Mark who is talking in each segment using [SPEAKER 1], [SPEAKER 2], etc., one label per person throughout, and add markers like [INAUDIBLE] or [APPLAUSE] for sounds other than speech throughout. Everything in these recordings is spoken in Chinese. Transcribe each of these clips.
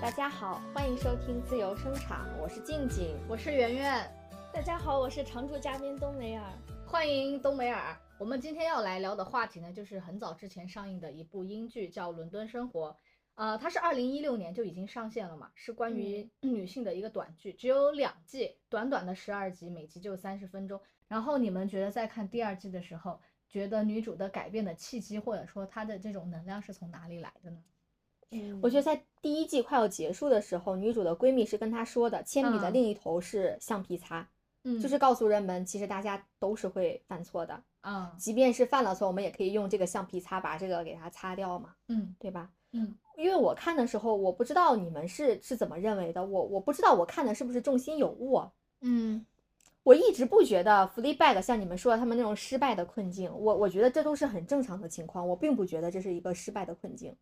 [SPEAKER 1] 大家好，欢迎收听自由生产，我是静静，
[SPEAKER 2] 我是圆圆，
[SPEAKER 3] 大家好，我是常驻嘉宾冬梅尔。
[SPEAKER 2] 欢迎冬梅尔。我们今天要来聊的话题呢，就是很早之前上映的一部英剧，叫《伦敦生活》。呃，它是二零一六年就已经上线了嘛，是关于女性的一个短剧，只有两季，短短的十二集，每集就三十分钟。然后你们觉得在看第二季的时候，觉得女主的改变的契机，或者说她的这种能量是从哪里来的呢？
[SPEAKER 3] 嗯
[SPEAKER 1] 我觉得在第一季快要结束的时候，女主的闺蜜是跟她说的，铅笔的
[SPEAKER 2] 嗯
[SPEAKER 1] 另一头是橡皮擦，
[SPEAKER 2] 嗯
[SPEAKER 1] 就是告诉人们，其实大家都是会犯错的，
[SPEAKER 2] 啊，
[SPEAKER 1] 即便是犯了错，我们也可以用这个橡皮擦把这个给它擦掉嘛，
[SPEAKER 2] 嗯
[SPEAKER 1] 对吧？
[SPEAKER 2] 嗯
[SPEAKER 1] 因为我看的时候，我不知道你们是是怎么认为的，我我不知道我看的是不是重心有误啊、
[SPEAKER 2] 嗯
[SPEAKER 1] 我一直不觉得 Fleabag 像你们说的他们那种失败的困境，我我觉得这都是很正常的情况，我并不觉得这是一个失败的困境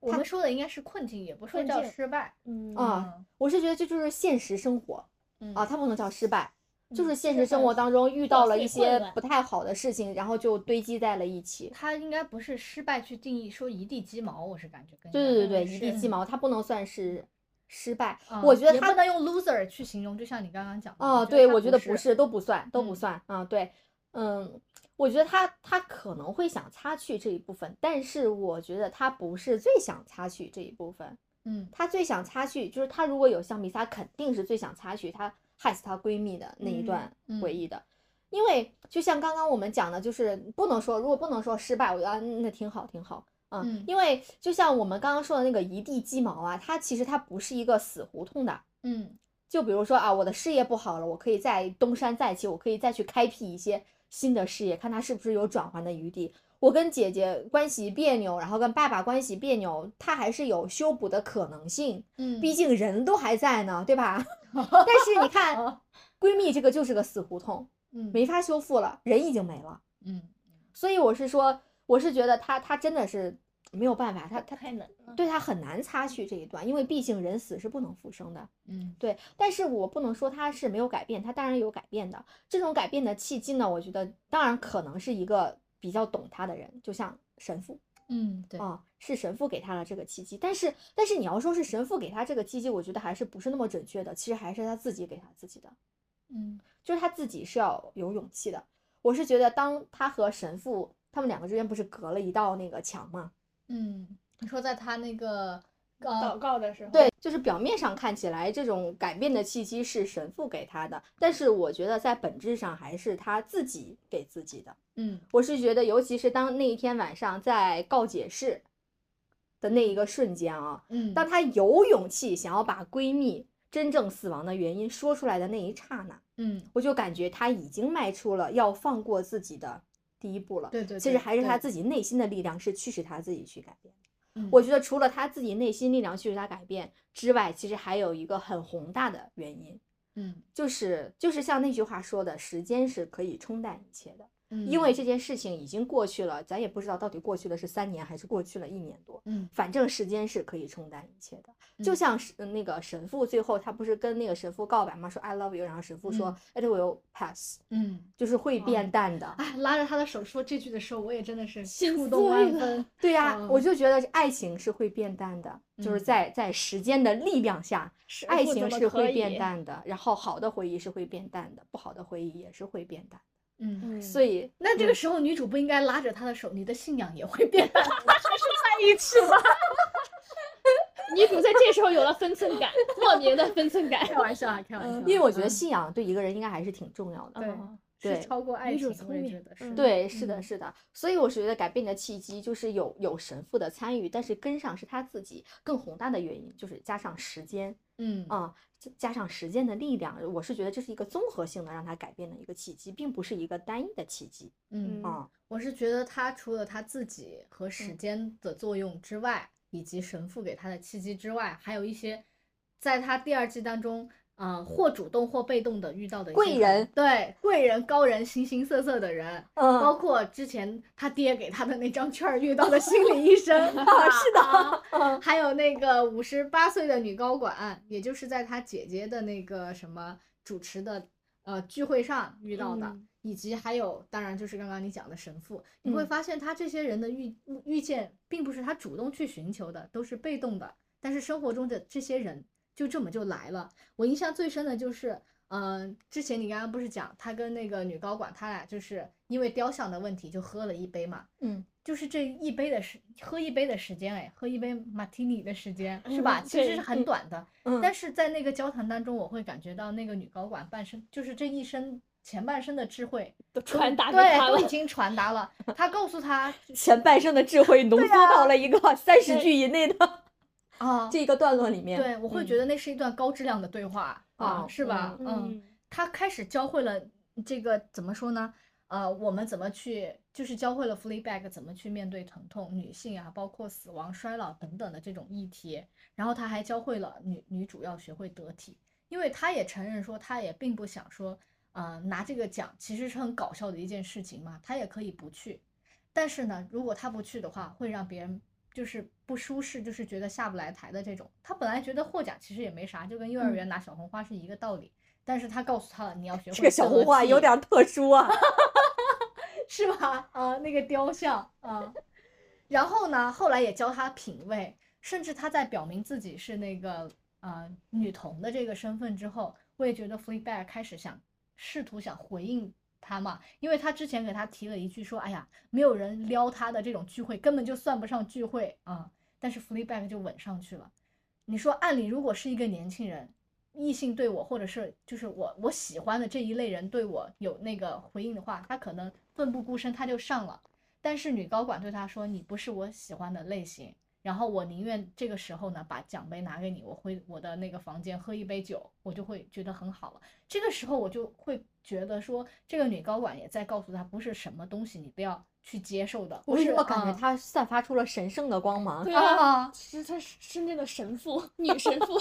[SPEAKER 2] 我们说的应该是困境，也不说
[SPEAKER 3] 困
[SPEAKER 2] 叫
[SPEAKER 3] 境
[SPEAKER 2] 失败。
[SPEAKER 3] 嗯
[SPEAKER 1] 啊，我是觉得这就是现实生活
[SPEAKER 2] 嗯
[SPEAKER 1] 啊，它不能叫失败，就是
[SPEAKER 3] 嗯
[SPEAKER 1] 现
[SPEAKER 3] 这
[SPEAKER 1] 实生活
[SPEAKER 3] 算
[SPEAKER 1] 当中遇到
[SPEAKER 3] 自
[SPEAKER 1] 了
[SPEAKER 3] 己
[SPEAKER 1] 一
[SPEAKER 3] 混
[SPEAKER 1] 些
[SPEAKER 3] 乱
[SPEAKER 1] 不太好的事情，然后就堆积在了一起。
[SPEAKER 2] 它应该不是失败去定义，说一地鸡毛，我是感觉跟
[SPEAKER 1] 对对对对，一地
[SPEAKER 2] 嗯是
[SPEAKER 1] 鸡毛，它不能算是失败。
[SPEAKER 2] 嗯
[SPEAKER 1] 我觉得
[SPEAKER 2] 也
[SPEAKER 1] 它
[SPEAKER 2] 不能用 loser 去形容，就像你刚刚讲的
[SPEAKER 1] 哦，对，
[SPEAKER 2] 它
[SPEAKER 1] 我觉得
[SPEAKER 2] 不
[SPEAKER 1] 不，是，都不算，都不
[SPEAKER 2] 嗯
[SPEAKER 1] 算啊。对，嗯，我觉得他他可能会想擦去这一部分，但是我觉得他不是最想擦去这一部分，
[SPEAKER 2] 嗯
[SPEAKER 1] 他最想擦去就是他如果有橡皮擦，肯定是最想擦去他害死她闺蜜的那一
[SPEAKER 3] 嗯
[SPEAKER 1] 段
[SPEAKER 2] 嗯
[SPEAKER 1] 回忆的。因为就像刚刚我们讲的，就是不能说，如果不能说失败，我觉得啊那挺好，挺好。啊
[SPEAKER 2] 嗯
[SPEAKER 1] 因为就像我们刚刚说的那个一地鸡毛啊，它其实它不是一个死胡同的，
[SPEAKER 2] 嗯
[SPEAKER 1] 就比如说啊，我的事业不好了，我可以再东山再起，我可以再去开辟一些新的事业，看他是不是有转换的余地。我跟姐姐关系别扭，然后跟爸爸关系别扭，他还是有修补的可能性，
[SPEAKER 2] 嗯，
[SPEAKER 1] 毕竟人都还在呢，对吧？ [LAUGHS] 但是你看，
[SPEAKER 3] [LAUGHS]
[SPEAKER 1] 闺蜜这个就是个死胡同，
[SPEAKER 2] 哦嗯
[SPEAKER 1] 没法修复了，人已经没了。
[SPEAKER 2] 嗯
[SPEAKER 1] 所以我是说，我是觉得他他真的是没有办法，他他
[SPEAKER 3] 太难了。
[SPEAKER 1] 对他很难擦去这一段，因为毕竟人死是不能复生的。
[SPEAKER 2] 嗯
[SPEAKER 1] 对，但是我不能说它是没有改变，它当然有改变的。这种改变的契机呢，我觉得当然可能是一个比较懂他的人，就像神父
[SPEAKER 2] 嗯，对
[SPEAKER 1] 啊、，是神父给他了这个契机。但是，但是你要说是神父给他这个契机，我觉得还是不是那么准确的，其实还是他自己给他自己的，
[SPEAKER 2] 嗯
[SPEAKER 1] 就是他自己是要有勇气的。我是觉得，当他和神父他们两个之间不是隔了一道那个墙嘛，
[SPEAKER 2] 嗯，你说在他那个
[SPEAKER 3] 祷
[SPEAKER 2] 呃
[SPEAKER 3] 告的时候，
[SPEAKER 1] 对，就是表面上看起来这种改变的契机是神父给他的，但是我觉得在本质上还是他自己给自己的。
[SPEAKER 2] 嗯
[SPEAKER 1] 我是觉得，尤其是当那一天晚上在告解室的那一个瞬间啊，
[SPEAKER 2] 嗯，
[SPEAKER 1] 当她有勇气想要把闺蜜真正死亡的原因说出来的那一刹那，
[SPEAKER 2] 嗯
[SPEAKER 1] 我就感觉她已经迈出了要放过自己的第一步了。
[SPEAKER 2] 对对，
[SPEAKER 1] 其实还是她
[SPEAKER 2] 他
[SPEAKER 1] 自己内心的力量是驱使她自己去改变。
[SPEAKER 2] 嗯
[SPEAKER 1] 我觉得除了他自己内心力量驱使他改变之外，其实还有一个很宏大的原因，
[SPEAKER 2] 嗯
[SPEAKER 1] 就是就是像那句话说的，时间是可以冲淡一切的。
[SPEAKER 2] 嗯，
[SPEAKER 1] 因为这件事情已经过去了，咱也不知道到底过去的是三年还是过去了一年多，
[SPEAKER 2] 嗯
[SPEAKER 1] 反正时间是可以冲淡一切的。就
[SPEAKER 2] 嗯
[SPEAKER 1] 像是那个神父最后他不是跟那个神父告白吗？说 I love you，然后神父说 It will pass，
[SPEAKER 2] 嗯，
[SPEAKER 1] 就是会变
[SPEAKER 2] 哦
[SPEAKER 1] 淡的。
[SPEAKER 2] 哎，拉着他的手说这句的时候，我也真的是
[SPEAKER 3] 心
[SPEAKER 2] 触
[SPEAKER 3] 碎
[SPEAKER 2] 动万
[SPEAKER 3] 了
[SPEAKER 1] [LAUGHS]
[SPEAKER 2] 分，
[SPEAKER 1] 对呀、我
[SPEAKER 2] 嗯
[SPEAKER 1] 就觉得爱情是会变淡的，就是
[SPEAKER 2] 嗯
[SPEAKER 1] 在在时间的力量下，
[SPEAKER 3] 是
[SPEAKER 1] 爱
[SPEAKER 3] 不怎
[SPEAKER 1] 情
[SPEAKER 3] 么
[SPEAKER 1] 是
[SPEAKER 3] 可
[SPEAKER 1] 会
[SPEAKER 3] 以
[SPEAKER 1] 变。淡的，然后好的回忆是会变淡的，不好的回忆也是会变淡。
[SPEAKER 2] 嗯。
[SPEAKER 3] 嗯，
[SPEAKER 1] 所以，
[SPEAKER 2] 那这个时候，女主不应该拉着他的手，你的信仰也会变淡。
[SPEAKER 3] 一起吧。女主在这时候有了分寸感，莫名的分寸 [LAUGHS]
[SPEAKER 2] [LAUGHS]
[SPEAKER 3] 感。
[SPEAKER 2] 开玩笑啊，开玩笑啊。
[SPEAKER 1] 因为我觉得
[SPEAKER 2] 嗯
[SPEAKER 1] 信仰对一个人应该还是挺重要的。
[SPEAKER 3] 哦
[SPEAKER 2] 对，
[SPEAKER 1] 对
[SPEAKER 2] 是超过爱
[SPEAKER 3] 女
[SPEAKER 2] 情
[SPEAKER 3] 主，
[SPEAKER 2] 我
[SPEAKER 3] 聪
[SPEAKER 2] 也
[SPEAKER 3] 明
[SPEAKER 2] 觉得是。
[SPEAKER 3] 嗯
[SPEAKER 1] 对，是的，
[SPEAKER 2] 嗯
[SPEAKER 1] 是的。所以我是觉得改变的契机就是有有神父的参与，但是跟上是他自己更宏大的原因，就是加上时间
[SPEAKER 2] 嗯
[SPEAKER 1] 啊、加加上时间的力量，我是觉得这是一个综合性的让他改变的一个契机，并不是一个单一的契机
[SPEAKER 2] 嗯，
[SPEAKER 1] 啊。
[SPEAKER 2] 我是觉得他除了他自己和时
[SPEAKER 1] 嗯
[SPEAKER 2] 间的作用之外，以及神父给他的契机之外，还有一些在他第二季当中，呃，或主动或被动的遇到的一
[SPEAKER 1] 贵
[SPEAKER 2] 些很
[SPEAKER 1] 人，
[SPEAKER 2] 对贵人、高人、形形色色的人，
[SPEAKER 1] 嗯
[SPEAKER 2] 包括之前他爹给他的那张券儿遇到的心理医生， [LAUGHS] 啊，
[SPEAKER 1] 是的
[SPEAKER 2] 啊
[SPEAKER 1] 嗯
[SPEAKER 2] 还有那个五十八岁的女高管，也就是在她姐姐的那个什么主持的呃聚会上遇到的，
[SPEAKER 3] 嗯
[SPEAKER 2] 以及还有当然就是刚刚你讲的神父，你会
[SPEAKER 1] 嗯
[SPEAKER 2] 发现他这些人的遇遇见，并不是他主动去寻求的，都是被动的。但是生活中的这些人就这么就来了。我印象最深的就是，嗯、之前你刚刚不是讲他跟那个女高管，他俩就是因为雕像的问题就喝了一杯嘛，
[SPEAKER 1] 嗯，
[SPEAKER 2] 就是这一杯的时喝一杯的时间，哎，喝一杯马提尼的时间是吧？
[SPEAKER 3] 嗯
[SPEAKER 2] 其实
[SPEAKER 3] 对
[SPEAKER 2] 是很
[SPEAKER 3] 嗯
[SPEAKER 2] 短的，
[SPEAKER 1] 嗯
[SPEAKER 2] 但是在那个交谈当中，我会感觉到那个女高管半生就是这一生前半生的智慧
[SPEAKER 3] 都传达给
[SPEAKER 2] 对
[SPEAKER 3] 他
[SPEAKER 2] 都已
[SPEAKER 3] 了，
[SPEAKER 2] 经传达了。她告诉
[SPEAKER 3] [LAUGHS]
[SPEAKER 2] 他
[SPEAKER 1] 前半生的智慧浓缩到了一个三十
[SPEAKER 3] 对
[SPEAKER 1] 句以内的
[SPEAKER 2] 啊，
[SPEAKER 1] 这个段落里面。
[SPEAKER 2] 对我会觉得那是一段高质量的对话啊，
[SPEAKER 1] 哦
[SPEAKER 2] 是吧？嗯，她开始教会了这个怎么说呢？呃，我们怎么去，就是教会了 Fleabag 怎么去面对疼痛、女性啊，包括死亡、衰老等等的这种议题。然后她还教会了女女主要学会得体，因为她也承认说，她也并不想说，呃，拿这个奖其实是很搞笑的一件事情嘛，她也可以不去。但是呢，如果她不去的话，会让别人就是不舒适，就是觉得下不来台的这种。她本来觉得获奖其实也没啥，就跟幼儿
[SPEAKER 1] 嗯
[SPEAKER 2] 园拿小红花是一个道理。但是她告诉她了，你要学会
[SPEAKER 1] 这个小
[SPEAKER 2] 得
[SPEAKER 1] 红花有
[SPEAKER 2] 体
[SPEAKER 1] 点特殊啊， [LAUGHS]
[SPEAKER 2] 是吧？啊，那个雕像啊，然后呢，后来也教他品味，甚至他在表明自己是那个呃女童的这个身份之后，我也觉得 Fleabag 开始想试图想回应他嘛，因为他之前给他提了一句说，哎呀，没有人撩他的这种聚会根本就算不上聚会啊，但是 Fleabag 就吻上去了。你说，按理如果是一个年轻人，异性对我，或者是就是我我喜欢的这一类人对我有那个回应的话，他可能奋不顾身他就上了。但是女高管对他说：“你不是我喜欢的类型，然后我宁愿这个时候呢把奖杯拿给你，我回我的那个房间喝一杯酒，我就会觉得很好了。”这个时候我就会觉得说，这个女高管也在告诉他，不是什么东西你都要去接受的，不
[SPEAKER 1] 为什
[SPEAKER 2] 是
[SPEAKER 1] 么感觉
[SPEAKER 2] 嗯
[SPEAKER 1] 它散发出了神圣的光芒？
[SPEAKER 3] 对啊，
[SPEAKER 2] 啊
[SPEAKER 3] 其实她是是那个神父，女神 [LAUGHS] 父，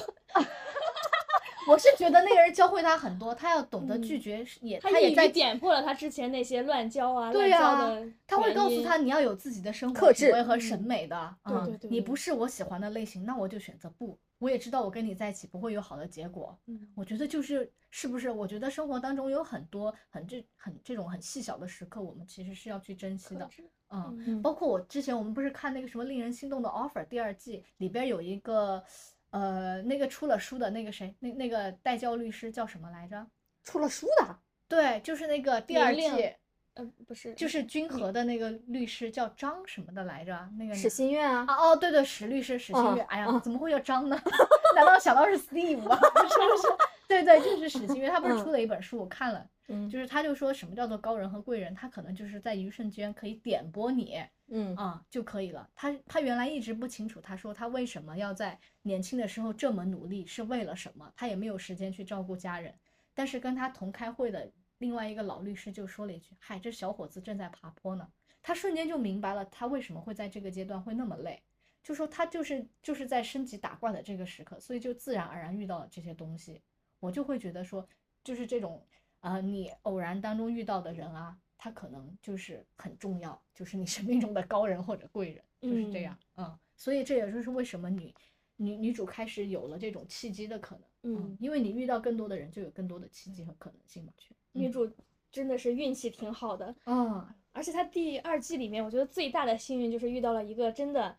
[SPEAKER 2] 我是觉得那个人教会他很多，他要懂得
[SPEAKER 3] 嗯
[SPEAKER 2] 拒绝，也
[SPEAKER 3] 她
[SPEAKER 2] 他也
[SPEAKER 3] 一
[SPEAKER 2] 在
[SPEAKER 3] 语点破了她之前那些乱交啊、
[SPEAKER 2] 对
[SPEAKER 3] 乱
[SPEAKER 2] 啊
[SPEAKER 3] 交的，
[SPEAKER 2] 他会告诉他，，你要有自己的生活
[SPEAKER 1] 克
[SPEAKER 2] 品
[SPEAKER 1] 制
[SPEAKER 2] 味和
[SPEAKER 3] 嗯
[SPEAKER 2] 审美的啊、
[SPEAKER 3] 对对对
[SPEAKER 2] 你
[SPEAKER 3] 对
[SPEAKER 2] 不是我喜欢的类型，那我就选择不。我也知道我跟你在一起不会有好的结果。
[SPEAKER 3] 嗯
[SPEAKER 2] 我觉得就是是不是？我觉得生活当中有很多很这很这种很细小的时刻，我们其实是要去珍惜的
[SPEAKER 3] 克。制
[SPEAKER 2] 嗯，
[SPEAKER 3] 嗯
[SPEAKER 2] 包括我之前我们不是看那个什么《令人心动的 offer》第二季里边有一个，呃，那个出了书的那个谁，那那个代教律师叫什么来着？
[SPEAKER 1] 出了书的，
[SPEAKER 2] 对，就是那个第二
[SPEAKER 3] 玲玲
[SPEAKER 2] 季。
[SPEAKER 3] 嗯，不是，
[SPEAKER 2] 就是君和的那个律师叫张什么的来着？那个
[SPEAKER 1] 史
[SPEAKER 2] 男
[SPEAKER 1] 心愿啊，
[SPEAKER 2] 啊哦，对对，史律师史新月。
[SPEAKER 1] 嗯
[SPEAKER 2] 哎呀
[SPEAKER 1] 嗯，
[SPEAKER 2] 怎么会叫张呢？ [LAUGHS] 难道想到是 Steve 吗？ [LAUGHS] 是不是？对对，就是史新月，他不是
[SPEAKER 1] 嗯
[SPEAKER 2] 出了一本书，我看了，
[SPEAKER 1] 嗯
[SPEAKER 2] 就是他就说什么叫做高人和贵人，他可能就是在一瞬间可以点拨你
[SPEAKER 1] 嗯
[SPEAKER 2] 啊就可以了。他他原来一直不清楚，他说他为什么要在年轻的时候这么努力，是为了什么？他也没有时间去照顾家人。但是跟他同开会的另外一个老律师就说了一句：“嗨，这小伙子正在爬坡呢。”他瞬间就明白了他为什么会在这个阶段会那么累，就说他就是就是在升级打怪的这个时刻，所以就自然而然遇到了这些东西。我就会觉得说，就是这种呃，你偶然当中遇到的人啊，他可能就是很重要，就是你生命中的高人或者贵人，就是这样。嗯所以这也就是为什么女女女主开始有了这种契机的可能。嗯
[SPEAKER 3] 嗯，，
[SPEAKER 2] 因为你遇到更多的人，就有更多的契机和可能性嘛。
[SPEAKER 3] 女主真的是运气挺好的，
[SPEAKER 2] 啊，
[SPEAKER 3] 而且她第二季里面，我觉得最大的幸运就是遇到了一个真的。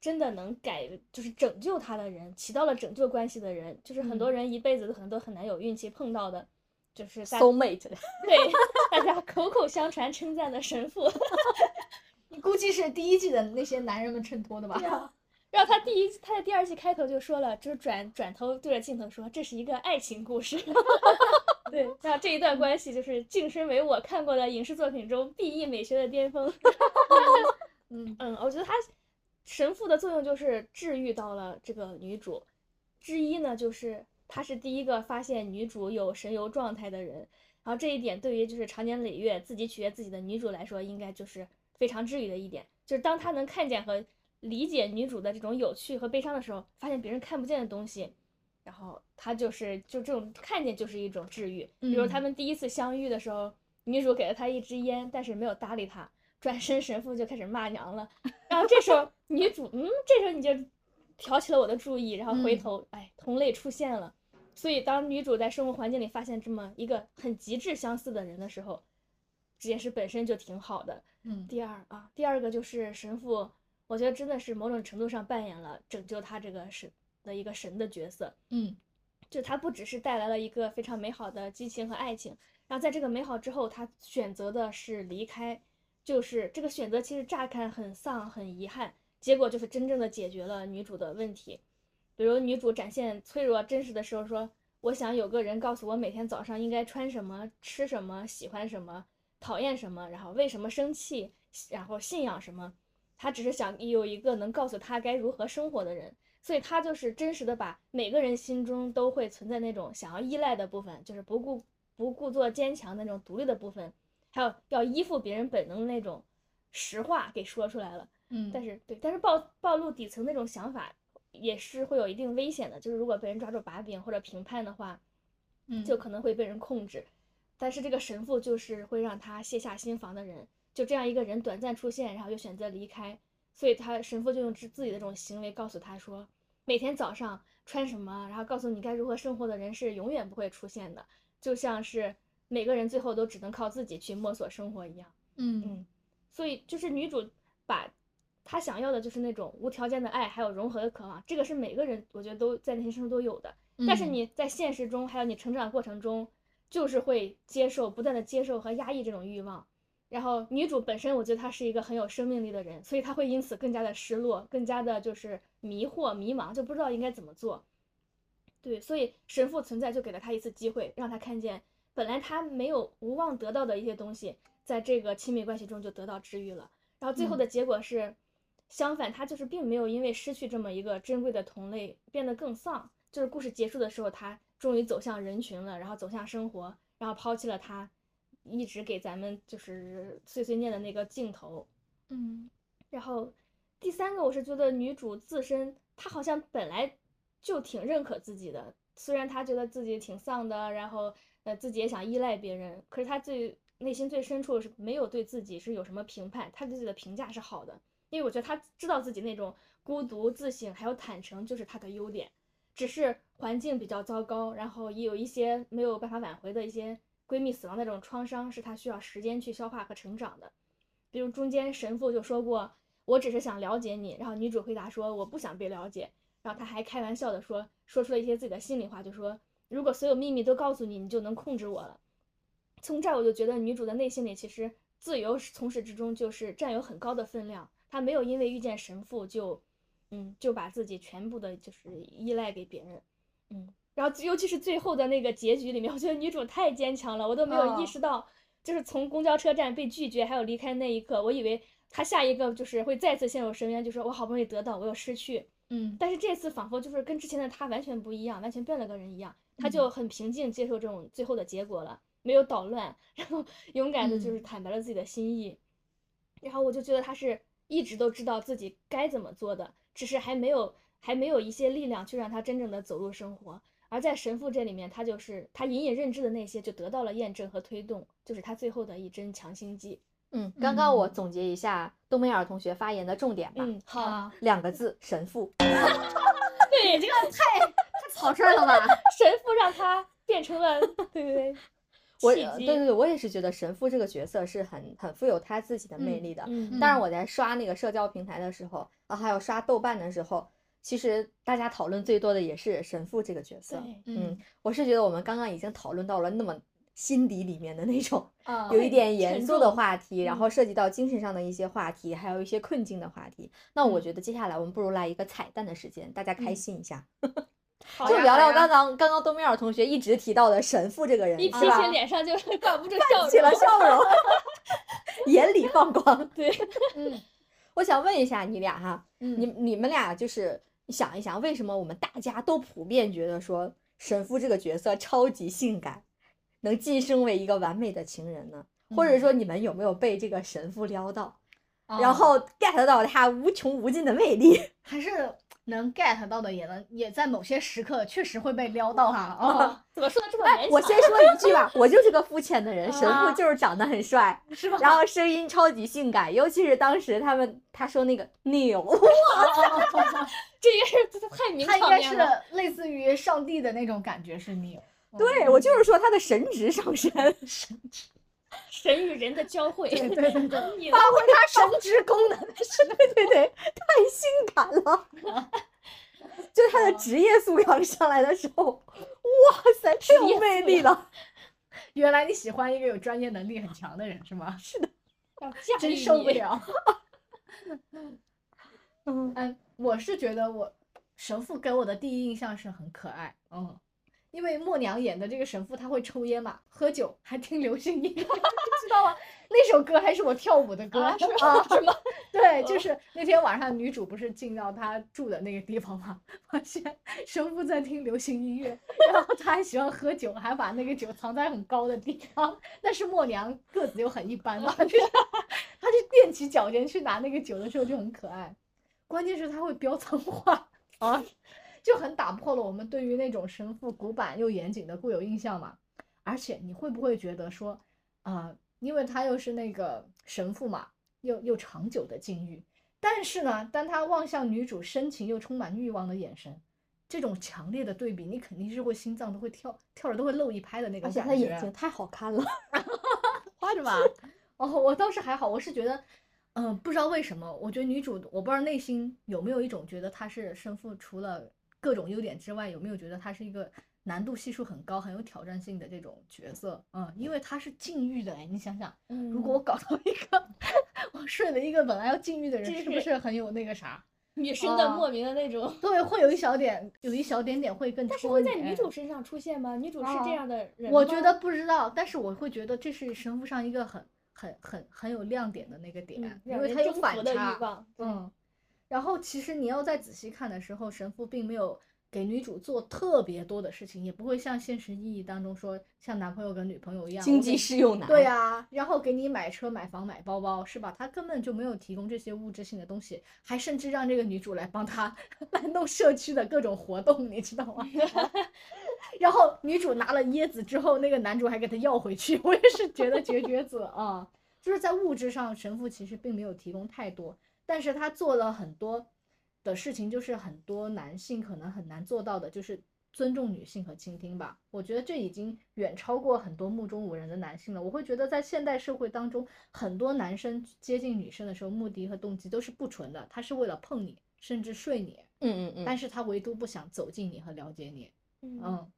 [SPEAKER 3] 真的能改，就是拯救她的人，起到了拯救关系的人，就是很
[SPEAKER 2] 嗯
[SPEAKER 3] 多人一辈子都可能都很难有运气碰到的，就是大
[SPEAKER 1] ，soul mate，
[SPEAKER 3] 对大家口口相传称赞的神父，
[SPEAKER 2] 你估计是第一季的那些男人们衬托的吧？
[SPEAKER 3] 然后他第一，他在第二季开头就说了，就是转转头对着镜头说，这是一个爱情故事。 [LAUGHS] 对，那这一段关系就是晋升为我看过的影视作品中 BE 美学的巅峰。
[SPEAKER 2] 嗯
[SPEAKER 3] 嗯，我觉得他神父的作用就是治愈到了这个女主。之一呢，就是他是第一个发现女主有神游状态的人，然后这一点对于就是长年累月自己取悦自己的女主来说，应该就是非常治愈的一点。就是当他能看见和理解女主的这种有趣和悲伤的时候，发现别人看不见的东西，然后他就是就这种看见就是一种治愈。比如他
[SPEAKER 2] 嗯
[SPEAKER 3] 们第一次相遇的时候，女主给了他一支烟，但是没有搭理他，转身神父就开始骂娘了。然后这时候女主，嗯，这时候你就挑起了我的注意，然后回
[SPEAKER 2] 嗯
[SPEAKER 3] 头，哎，同类出现了。所以当女主在生活环境里发现这么一个很极致相似的人的时候，这件事本身就挺好的。
[SPEAKER 2] 嗯
[SPEAKER 3] 第二啊，第二个就是神父，我我觉得真的是某种程度上扮演了拯救他这个神的一个神的角色。
[SPEAKER 2] 嗯，
[SPEAKER 3] 就他不只是带来了一个非常美好的激情和爱情，然后在这个美好之后，他选择的是离开，就是这个选择其实乍看很丧很遗憾，结果就是真正的解决了女主的问题。比如女主展现脆弱真实的时候说：“我想有个人告诉我每天早上应该穿什么、吃什么、喜欢什么、讨厌什么，然后为什么生气，然后信仰什么。”她只是想有一个能告诉她该如何生活的人，所以她就是真实的把每个人心中都会存在那种想要依赖的部分，就是不顾不故作坚强那种独立的部分，还有要依附别人本能的那种实话给说出来了。
[SPEAKER 2] 嗯，
[SPEAKER 3] 但是对，但是暴暴露底层那种想法也是会有一定危险的，就是如果被人抓住把柄或者评判的话，
[SPEAKER 2] 嗯
[SPEAKER 3] 就可能会被人控制。但是这个神父就是会让他卸下心防的人，就这样一个人短暂出现，然后又选择离开，所以他神父就用自自己的这种行为告诉他说，每天早上穿什么，然后告诉你该如何生活的人是永远不会出现的，就像是每个人最后都只能靠自己去摸索生活一样。
[SPEAKER 2] 嗯
[SPEAKER 3] 嗯，所以就是女主把她想要的就是那种无条件的爱，还有融合的渴望，这个是每个人我觉得都在内心深处都有的。但是
[SPEAKER 2] 嗯
[SPEAKER 3] 你在现实中，还有你成长过程中，就是会接受不断的接受和压抑这种欲望。然后女主本身，我觉得她是一个很有生命力的人，所以她会因此更加的失落，更加的就是迷惑、迷茫，就不知道应该怎么做。对，所以神父存在就给了她一次机会，让她看见本来她没有无望得到的一些东西，在这个亲密关系中就得到治愈了。然后最后的结果是，相反，他就是并没有因为失去这么一个珍贵的同类变得更丧。就是故事结束的时候，他终于走向人群了，然后走向生活，然后抛弃了他一直给咱们就是碎碎念的那个镜头。
[SPEAKER 2] 嗯
[SPEAKER 3] 然后第三个，我是觉得女主自身她好像本来就挺认可自己的，虽然她觉得自己挺丧的，然后呃自己也想依赖别人，可是她最内心最深处是没有对自己是有什么评判，她对自己的评价是好的，因为我觉得她知道自己那种孤独、自省还有坦诚就是她的优点，只是环境比较糟糕，然后也有一些没有办法挽回的一些闺蜜死亡那种创伤，是她需要时间去消化和成长的。比如中间神父就说过：“我只是想了解你。”然后女主回答说：“我不想被了解。”然后他还开玩笑的说，说出了一些自己的心里话，就说：“如果所有秘密都告诉你，你就能控制我了。”从这儿我就觉得女主的内心里其实自由是从始至终就是占有很高的分量，她没有因为遇见神父就，嗯，就把自己全部的就是依赖给别人，嗯。然后尤其是最后的那个结局里面，我觉得女主太坚强了，我都没有意
[SPEAKER 2] 哦
[SPEAKER 3] 识到，就是从公交车站被拒绝还有离开那一刻，我以为她下一个就是会再次陷入深渊，就说我好不容易得到，我又失去，
[SPEAKER 2] 嗯
[SPEAKER 3] 但是这次仿佛就是跟之前的他完全不一样，完全变了个人一样，他就很平静接受这种最后的结果了，没有捣乱，然后 [LAUGHS] 勇敢的就是坦白了自己的心意，然后我就觉得他是一直都知道自己该怎么做的，只是还没有还没有一些力量去让他真正的走入生活。而在神父这里面，他就是他隐隐认知的那些就得到了验证和推动，就是他最后的一针强心剂。
[SPEAKER 1] [LAUGHS] 嗯，刚刚我
[SPEAKER 2] 嗯
[SPEAKER 1] 总结一下冬梅尔同学发言的重点吧，
[SPEAKER 3] 嗯，好，
[SPEAKER 2] 啊，
[SPEAKER 1] 两个字：神父。
[SPEAKER 3] [LAUGHS] 对，这个
[SPEAKER 1] 草率 [LAUGHS] 了吧？
[SPEAKER 3] 神父让他变成了，对对对，
[SPEAKER 1] 我
[SPEAKER 3] [LAUGHS] 契
[SPEAKER 1] 呃
[SPEAKER 3] 机
[SPEAKER 1] 对对对，我也是觉得神父这个角色是很很富有他自己的魅
[SPEAKER 3] 嗯
[SPEAKER 1] 力的。
[SPEAKER 3] 嗯
[SPEAKER 1] 当然，我在刷那个社交平台的时候，啊，还有刷豆瓣的时候，其实大家讨论最多的也是神父这个角色。
[SPEAKER 3] 对，
[SPEAKER 1] 嗯，我是觉得我们刚刚已经讨论到了那么心底里面的那种
[SPEAKER 2] 啊，
[SPEAKER 1] 嗯有一点严
[SPEAKER 3] 呃沉
[SPEAKER 1] 肃的
[SPEAKER 3] 重
[SPEAKER 1] 话题，然
[SPEAKER 3] 嗯
[SPEAKER 1] 后涉及到精神上的一些话题，还有一些困境的话题。那我
[SPEAKER 3] 嗯
[SPEAKER 1] 觉得接下来我们不如来一个彩蛋的时间，大家开
[SPEAKER 3] 嗯
[SPEAKER 1] 心一下，
[SPEAKER 3] 好
[SPEAKER 1] 就
[SPEAKER 3] 呀
[SPEAKER 1] 聊
[SPEAKER 2] 好
[SPEAKER 1] 聊
[SPEAKER 2] 呀
[SPEAKER 1] 刚刚刚刚冬米尔同学一直提到的神父这个人，
[SPEAKER 3] 一
[SPEAKER 1] 是
[SPEAKER 3] 提
[SPEAKER 1] 吧
[SPEAKER 3] 起脸上就是挂不住笑容，
[SPEAKER 1] 起了笑
[SPEAKER 3] [LAUGHS]
[SPEAKER 1] 容，眼里放光。
[SPEAKER 3] 对，
[SPEAKER 2] 嗯
[SPEAKER 1] 我想问一下你俩哈，
[SPEAKER 2] 嗯，
[SPEAKER 1] 你你们俩就是想一想，为什么我们大家都普遍觉得说神父这个角色超级性感，能晋升为一个完美的情人呢？或者
[SPEAKER 2] 嗯
[SPEAKER 1] 说你们有没有被这个神父撩到，
[SPEAKER 3] 哦
[SPEAKER 2] 啊
[SPEAKER 1] 然后 get 到他无穷无尽的魅力？
[SPEAKER 2] 还是能 get 到的，也能也在某些时刻确实会被撩到哈
[SPEAKER 1] [LAUGHS]
[SPEAKER 2] 啊，
[SPEAKER 3] 哦怎么说的这么
[SPEAKER 1] 哎
[SPEAKER 3] 勉，
[SPEAKER 1] 我
[SPEAKER 3] 强？
[SPEAKER 1] 先说一句吧，我就是个肤浅的人，
[SPEAKER 3] 哦
[SPEAKER 1] 神
[SPEAKER 2] 啊
[SPEAKER 1] 父就是长得很帅，
[SPEAKER 3] [LAUGHS]
[SPEAKER 2] 是吧？
[SPEAKER 1] 然
[SPEAKER 2] [LAUGHS]
[SPEAKER 1] 后声音超级性感，尤其是当时他们他说那个 Neil。
[SPEAKER 3] 这个是太名
[SPEAKER 2] 他应
[SPEAKER 3] 场
[SPEAKER 2] 该
[SPEAKER 3] 面
[SPEAKER 2] 是
[SPEAKER 3] 了，
[SPEAKER 2] 类似于
[SPEAKER 1] 哦
[SPEAKER 2] 上帝的那种感觉，是你有。
[SPEAKER 1] [LAUGHS]
[SPEAKER 2] 哦
[SPEAKER 1] 对，我就是说他的神职上身，
[SPEAKER 3] 神与人
[SPEAKER 2] [LAUGHS]
[SPEAKER 3] 的交汇，
[SPEAKER 1] 对对对对
[SPEAKER 3] [LAUGHS] 你
[SPEAKER 1] 发
[SPEAKER 3] 呢
[SPEAKER 1] 挥他神职功能的时 [LAUGHS] 候，对对对，太性感了。 [LAUGHS] 就他的职业素养上来的时候，哇塞，太有
[SPEAKER 3] 业
[SPEAKER 1] 魅
[SPEAKER 3] 素
[SPEAKER 1] 力
[SPEAKER 3] 养
[SPEAKER 1] 了！
[SPEAKER 2] 原来你喜欢一个有专业能力很强的人是吗？
[SPEAKER 3] 要驾驭
[SPEAKER 2] 真受不 [LAUGHS]
[SPEAKER 3] 你。
[SPEAKER 2] 了。
[SPEAKER 1] 嗯，
[SPEAKER 2] 嗯，我是觉得我神父给我的第一印象是很可爱，嗯，因为默娘演的这个神父他会抽烟嘛，喝酒，还听流行音乐， [LAUGHS] 知道吗？那首歌还是我跳舞的歌，
[SPEAKER 3] 啊是吗
[SPEAKER 2] [LAUGHS]
[SPEAKER 3] [LAUGHS]
[SPEAKER 2] 啊，
[SPEAKER 3] 是吗？
[SPEAKER 2] 对，就是那天晚上女主不是进到她住的那个地方嘛， [LAUGHS] 发现神父在听流行音乐，然后他还喜欢喝酒，还把那个酒藏在很高的地方，但是默娘个子又很一般嘛， [LAUGHS] 就是她就踮起脚尖去拿那个酒的时候就很可爱，关键是她会飙脏话啊， [LAUGHS] 就很打破了我们对于那种神父古板又严谨的固有印象嘛。而且你会不会觉得说，啊、因为他又是那个神父嘛，又又长久的禁欲，但是呢，当他望向女主深情又充满欲望的眼神，这种强烈的对比，你肯定是会心脏都会跳跳着都会漏一拍的那
[SPEAKER 1] 而
[SPEAKER 2] 种
[SPEAKER 1] 且
[SPEAKER 2] 感
[SPEAKER 1] 他
[SPEAKER 2] 觉。啊
[SPEAKER 1] 的眼睛太好看 [LAUGHS] 了，
[SPEAKER 2] 花着吧。哦，我倒是还好，我是觉得，嗯、不知道为什么，我觉得女主，我不知道内心有没有一种觉得她是身负除了各种优点之外，有没有觉得她是一个难度系数很高、很有挑战性的这种角色？嗯，因为她是禁欲的，哎，你想想，如果我
[SPEAKER 3] 嗯
[SPEAKER 2] 搞到一个， [LAUGHS] 我睡了一个本来要禁欲的人，
[SPEAKER 3] 这
[SPEAKER 2] 是不
[SPEAKER 3] 是
[SPEAKER 2] 是很有那个啥？
[SPEAKER 3] 女生的
[SPEAKER 2] 啊
[SPEAKER 3] 莫名的那种， [LAUGHS]
[SPEAKER 2] 对，会有一小点，有一小点点会更
[SPEAKER 3] 但是
[SPEAKER 2] 戳
[SPEAKER 3] 会
[SPEAKER 2] 你。
[SPEAKER 3] 在女
[SPEAKER 2] 哎
[SPEAKER 3] 主身上出现吗？女主是
[SPEAKER 2] 哦
[SPEAKER 3] 这样的人吗？
[SPEAKER 2] 我觉得不知道，但是我会觉得这是神父上一个很很很很有亮点的那个点，
[SPEAKER 3] 嗯，
[SPEAKER 2] 因
[SPEAKER 3] 让
[SPEAKER 2] 为
[SPEAKER 3] 人
[SPEAKER 2] 它有
[SPEAKER 3] 征服
[SPEAKER 2] 反
[SPEAKER 3] 的欲
[SPEAKER 2] 差。
[SPEAKER 3] 望，对
[SPEAKER 2] 嗯，然后其实你要再仔细看的时候，神父并没有给女主做特别多的事情，也不会像现实意义当中说像男朋友跟女朋友一样
[SPEAKER 1] 经
[SPEAKER 2] 我给
[SPEAKER 1] 济适用男。
[SPEAKER 2] 对、呀、然后给你买车、买房、买包包，是吧？他根本就没有提供这些物质性的东西，还甚至让这个女主来帮他来弄社区的各种活动，你知道吗？ [LAUGHS] 然后女主拿了椰子之后，那个男主还给她要回去，我也是觉得绝绝子啊，就是在物质上，神父其实并没有提供太多，但是他做了很多的事情，就是很多男性可能很难做到的，就是尊重女性和倾听吧。我觉得这已经远超过很多目中无人的男性了。我会觉得在现代社会当中，很多男生接近女生的时候，目的和动机都是不纯的，他是为了碰你，甚至睡你，
[SPEAKER 1] 嗯嗯嗯，
[SPEAKER 2] 但是他唯独不想走近你和了解你。
[SPEAKER 3] 嗯，
[SPEAKER 2] 嗯，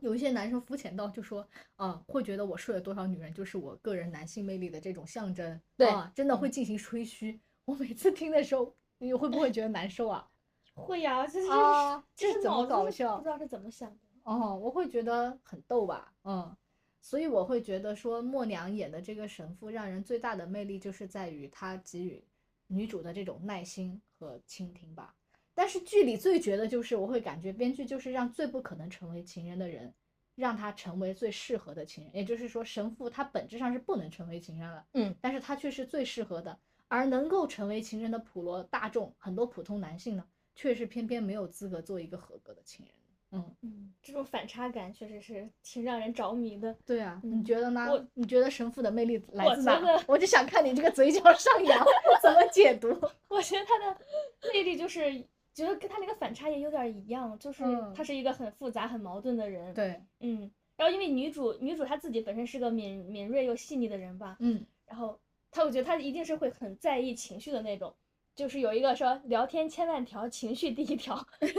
[SPEAKER 2] 有一些男生肤浅到就说，啊，会觉得我睡了多少女人就是我个人男性魅力的这种象征，
[SPEAKER 1] 对
[SPEAKER 2] 啊，真的会进行吹嘘。我每次听的时候，你会不会觉得难受啊？
[SPEAKER 3] 会呀，这是
[SPEAKER 2] 啊
[SPEAKER 3] 这
[SPEAKER 2] 这
[SPEAKER 3] 是
[SPEAKER 2] 怎么
[SPEAKER 3] 脑子
[SPEAKER 2] 搞
[SPEAKER 3] 是
[SPEAKER 2] 笑
[SPEAKER 3] 不知道是怎么想的。
[SPEAKER 2] 哦，我会觉得很逗吧，嗯，所以我会觉得说默娘演的这个神父让人最大的魅力就是在于他给予女主的这种耐心和倾听吧。但是剧里最绝的就是，我会感觉编剧就是让最不可能成为情人的人，让他成为最适合的情人。也就是说，神父他本质上是不能成为情人了，
[SPEAKER 1] 嗯，
[SPEAKER 2] 但是他却是最适合的。而能够成为情人的普罗大众，很多普通男性呢，却是偏偏没有资格做一个合格的情人。嗯，
[SPEAKER 3] 嗯，这种反差感确实是挺让人着迷的。
[SPEAKER 2] 对啊，你
[SPEAKER 3] 嗯
[SPEAKER 2] 觉得呢
[SPEAKER 3] 我？
[SPEAKER 2] 你觉得神父的魅力来
[SPEAKER 3] 我
[SPEAKER 2] 自
[SPEAKER 3] 觉
[SPEAKER 2] 哪
[SPEAKER 3] 得？
[SPEAKER 2] 我就想看你这个嘴角上扬 [LAUGHS] 怎么解读。
[SPEAKER 3] 我觉得他的魅力就是，觉得跟他那个反差也有点儿一样，就是
[SPEAKER 2] 嗯
[SPEAKER 3] 他是一个很复杂、很矛盾的人。，
[SPEAKER 2] 对，
[SPEAKER 3] 嗯，然后因为女主女主她自己本身是个敏敏锐又细腻的人吧，
[SPEAKER 2] 嗯，
[SPEAKER 3] 然后她我觉得她一定是会很在意情绪的那种。就是有一个说聊天千万条，情绪第一条，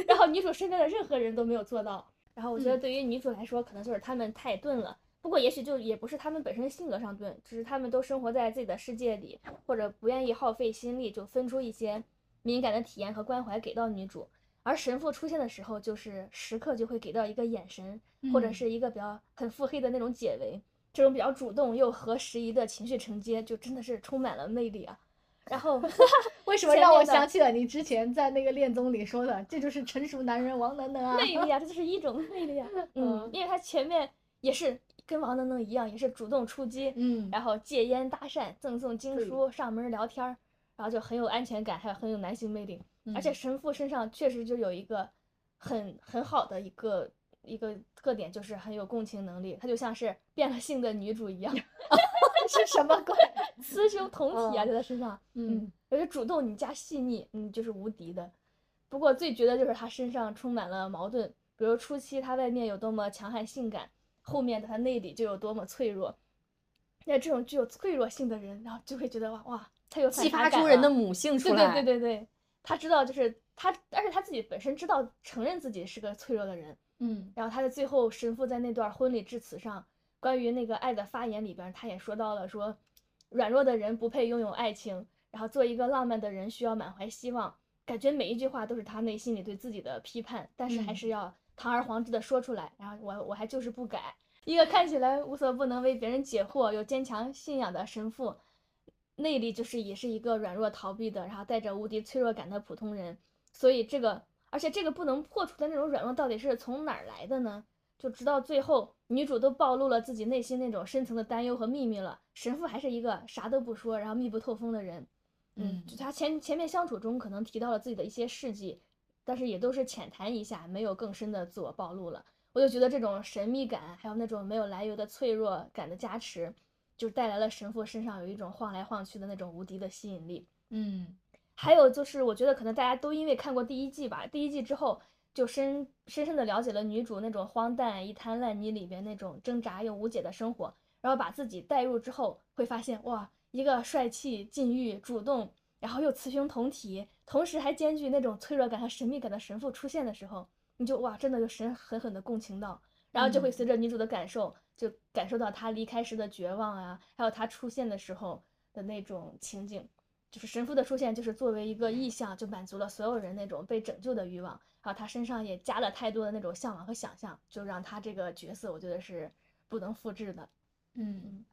[SPEAKER 3] 然后女主身边的任何人都没有做到。然后我觉得
[SPEAKER 2] 嗯
[SPEAKER 3] 对于女主来说，可能就是她们太钝了。不过也许就也不是她们本身性格上钝，只是她们都生活在自己的世界里，或者不愿意耗费心力，就分出一些敏感的体验和关怀给到女主。而神父出现的时候，就是时刻就会给到一个眼神，或者
[SPEAKER 2] 嗯
[SPEAKER 3] 是一个比较很腹黑的那种解围，这种比较主动又合时宜的情绪承接，就真的是充满了魅力啊。然后
[SPEAKER 2] [LAUGHS] 为什么
[SPEAKER 3] 前
[SPEAKER 2] 让
[SPEAKER 3] 面
[SPEAKER 2] 我
[SPEAKER 3] 的
[SPEAKER 2] 想起了你之前在那个恋综里说的，这就是成熟男人王能能啊？
[SPEAKER 3] 魅力啊，这就是一种魅
[SPEAKER 2] [LAUGHS]
[SPEAKER 3] 力啊。嗯
[SPEAKER 2] 嗯，
[SPEAKER 3] 因为他前面也是跟王能能一样，也是主动出击，
[SPEAKER 2] 嗯，
[SPEAKER 3] 然后戒烟搭讪、赠送经
[SPEAKER 2] 对
[SPEAKER 3] 书、上门聊天儿，然后就很有安全感，还有很有男性魅力。
[SPEAKER 2] 嗯
[SPEAKER 3] 而且神父身上确实就有一个很很好的一个一个特点，就是很有共情能力。他就像是变了性的女主一样，
[SPEAKER 2] 是什么
[SPEAKER 1] [LAUGHS]
[SPEAKER 2] 鬼？
[SPEAKER 3] 雌雄同体啊，
[SPEAKER 2] 嗯
[SPEAKER 3] 在他身上，
[SPEAKER 2] 嗯，
[SPEAKER 3] 而且主动你加细腻，嗯，就是无敌的。不过最绝的就是他身上充满了矛盾，比如初期他外面有多么强悍性感，后面的他内里就有多么脆弱。那这种具有脆弱性的人，然后就会觉得哇哇，他有反
[SPEAKER 1] 激
[SPEAKER 3] 差
[SPEAKER 1] 发
[SPEAKER 3] 感
[SPEAKER 1] 出人的
[SPEAKER 3] 了
[SPEAKER 1] 母性出
[SPEAKER 3] 对
[SPEAKER 1] 来。
[SPEAKER 3] 对对对对，他知道就是他，而且他自己本身知道承认自己是个脆弱的人，
[SPEAKER 2] 嗯
[SPEAKER 3] 然后他在最后神父在那段婚礼致辞上，关于那个爱的发言里边儿，他也说到了说，软弱的人不配拥有爱情，然后做一个浪漫的人需要满怀希望。感觉每一句话都是他内心里对自己的批判，但是还
[SPEAKER 1] 嗯
[SPEAKER 3] 是要堂而皇之的说出来。然后我我还就是不改。一个看起来无所不能、为别人解惑、有坚强信仰的神父，内里就是也是一个软弱逃避的，然后带着无敌脆弱感的普通人。所以这个，而且这个不能破除的那种软弱到底是从哪儿来的呢？就直到最后，女主都暴露了自己内心那种深层的担忧和秘密了，神父还是一个啥都不说，然后密不透风的人。嗯，就他前前面相处中可能提到了自己的一些事迹，但是也都是浅谈一下，没有更深的自我暴露了。我就觉得这种神秘感，还有那种没有来由的脆弱感的加持，就带来了神父身上有一种晃来晃去的那种无敌的吸引力。
[SPEAKER 2] 嗯
[SPEAKER 3] 还有就是，我觉得可能大家都因为看过第一季吧，第一季之后就深深深的了解了女主那种荒诞、一滩烂泥里边那种挣扎又无解的生活，然后把自己带入之后，会发现哇，一个帅气、禁欲、主动，然后又雌雄同体，同时还兼具那种脆弱感和神秘感的神父出现的时候，你就哇，真的就神狠狠的共情到，然后就会随着女主的感受，就感受到她离开时的绝望啊，还有她出现的时候的那种情景。就是神父的出现，就是作为一个意象，就满足了所有人那种被拯救的欲望。然后他身上也加了太多的那种向往和想象，就让他这个角色，我觉得是不能复制的。
[SPEAKER 2] 嗯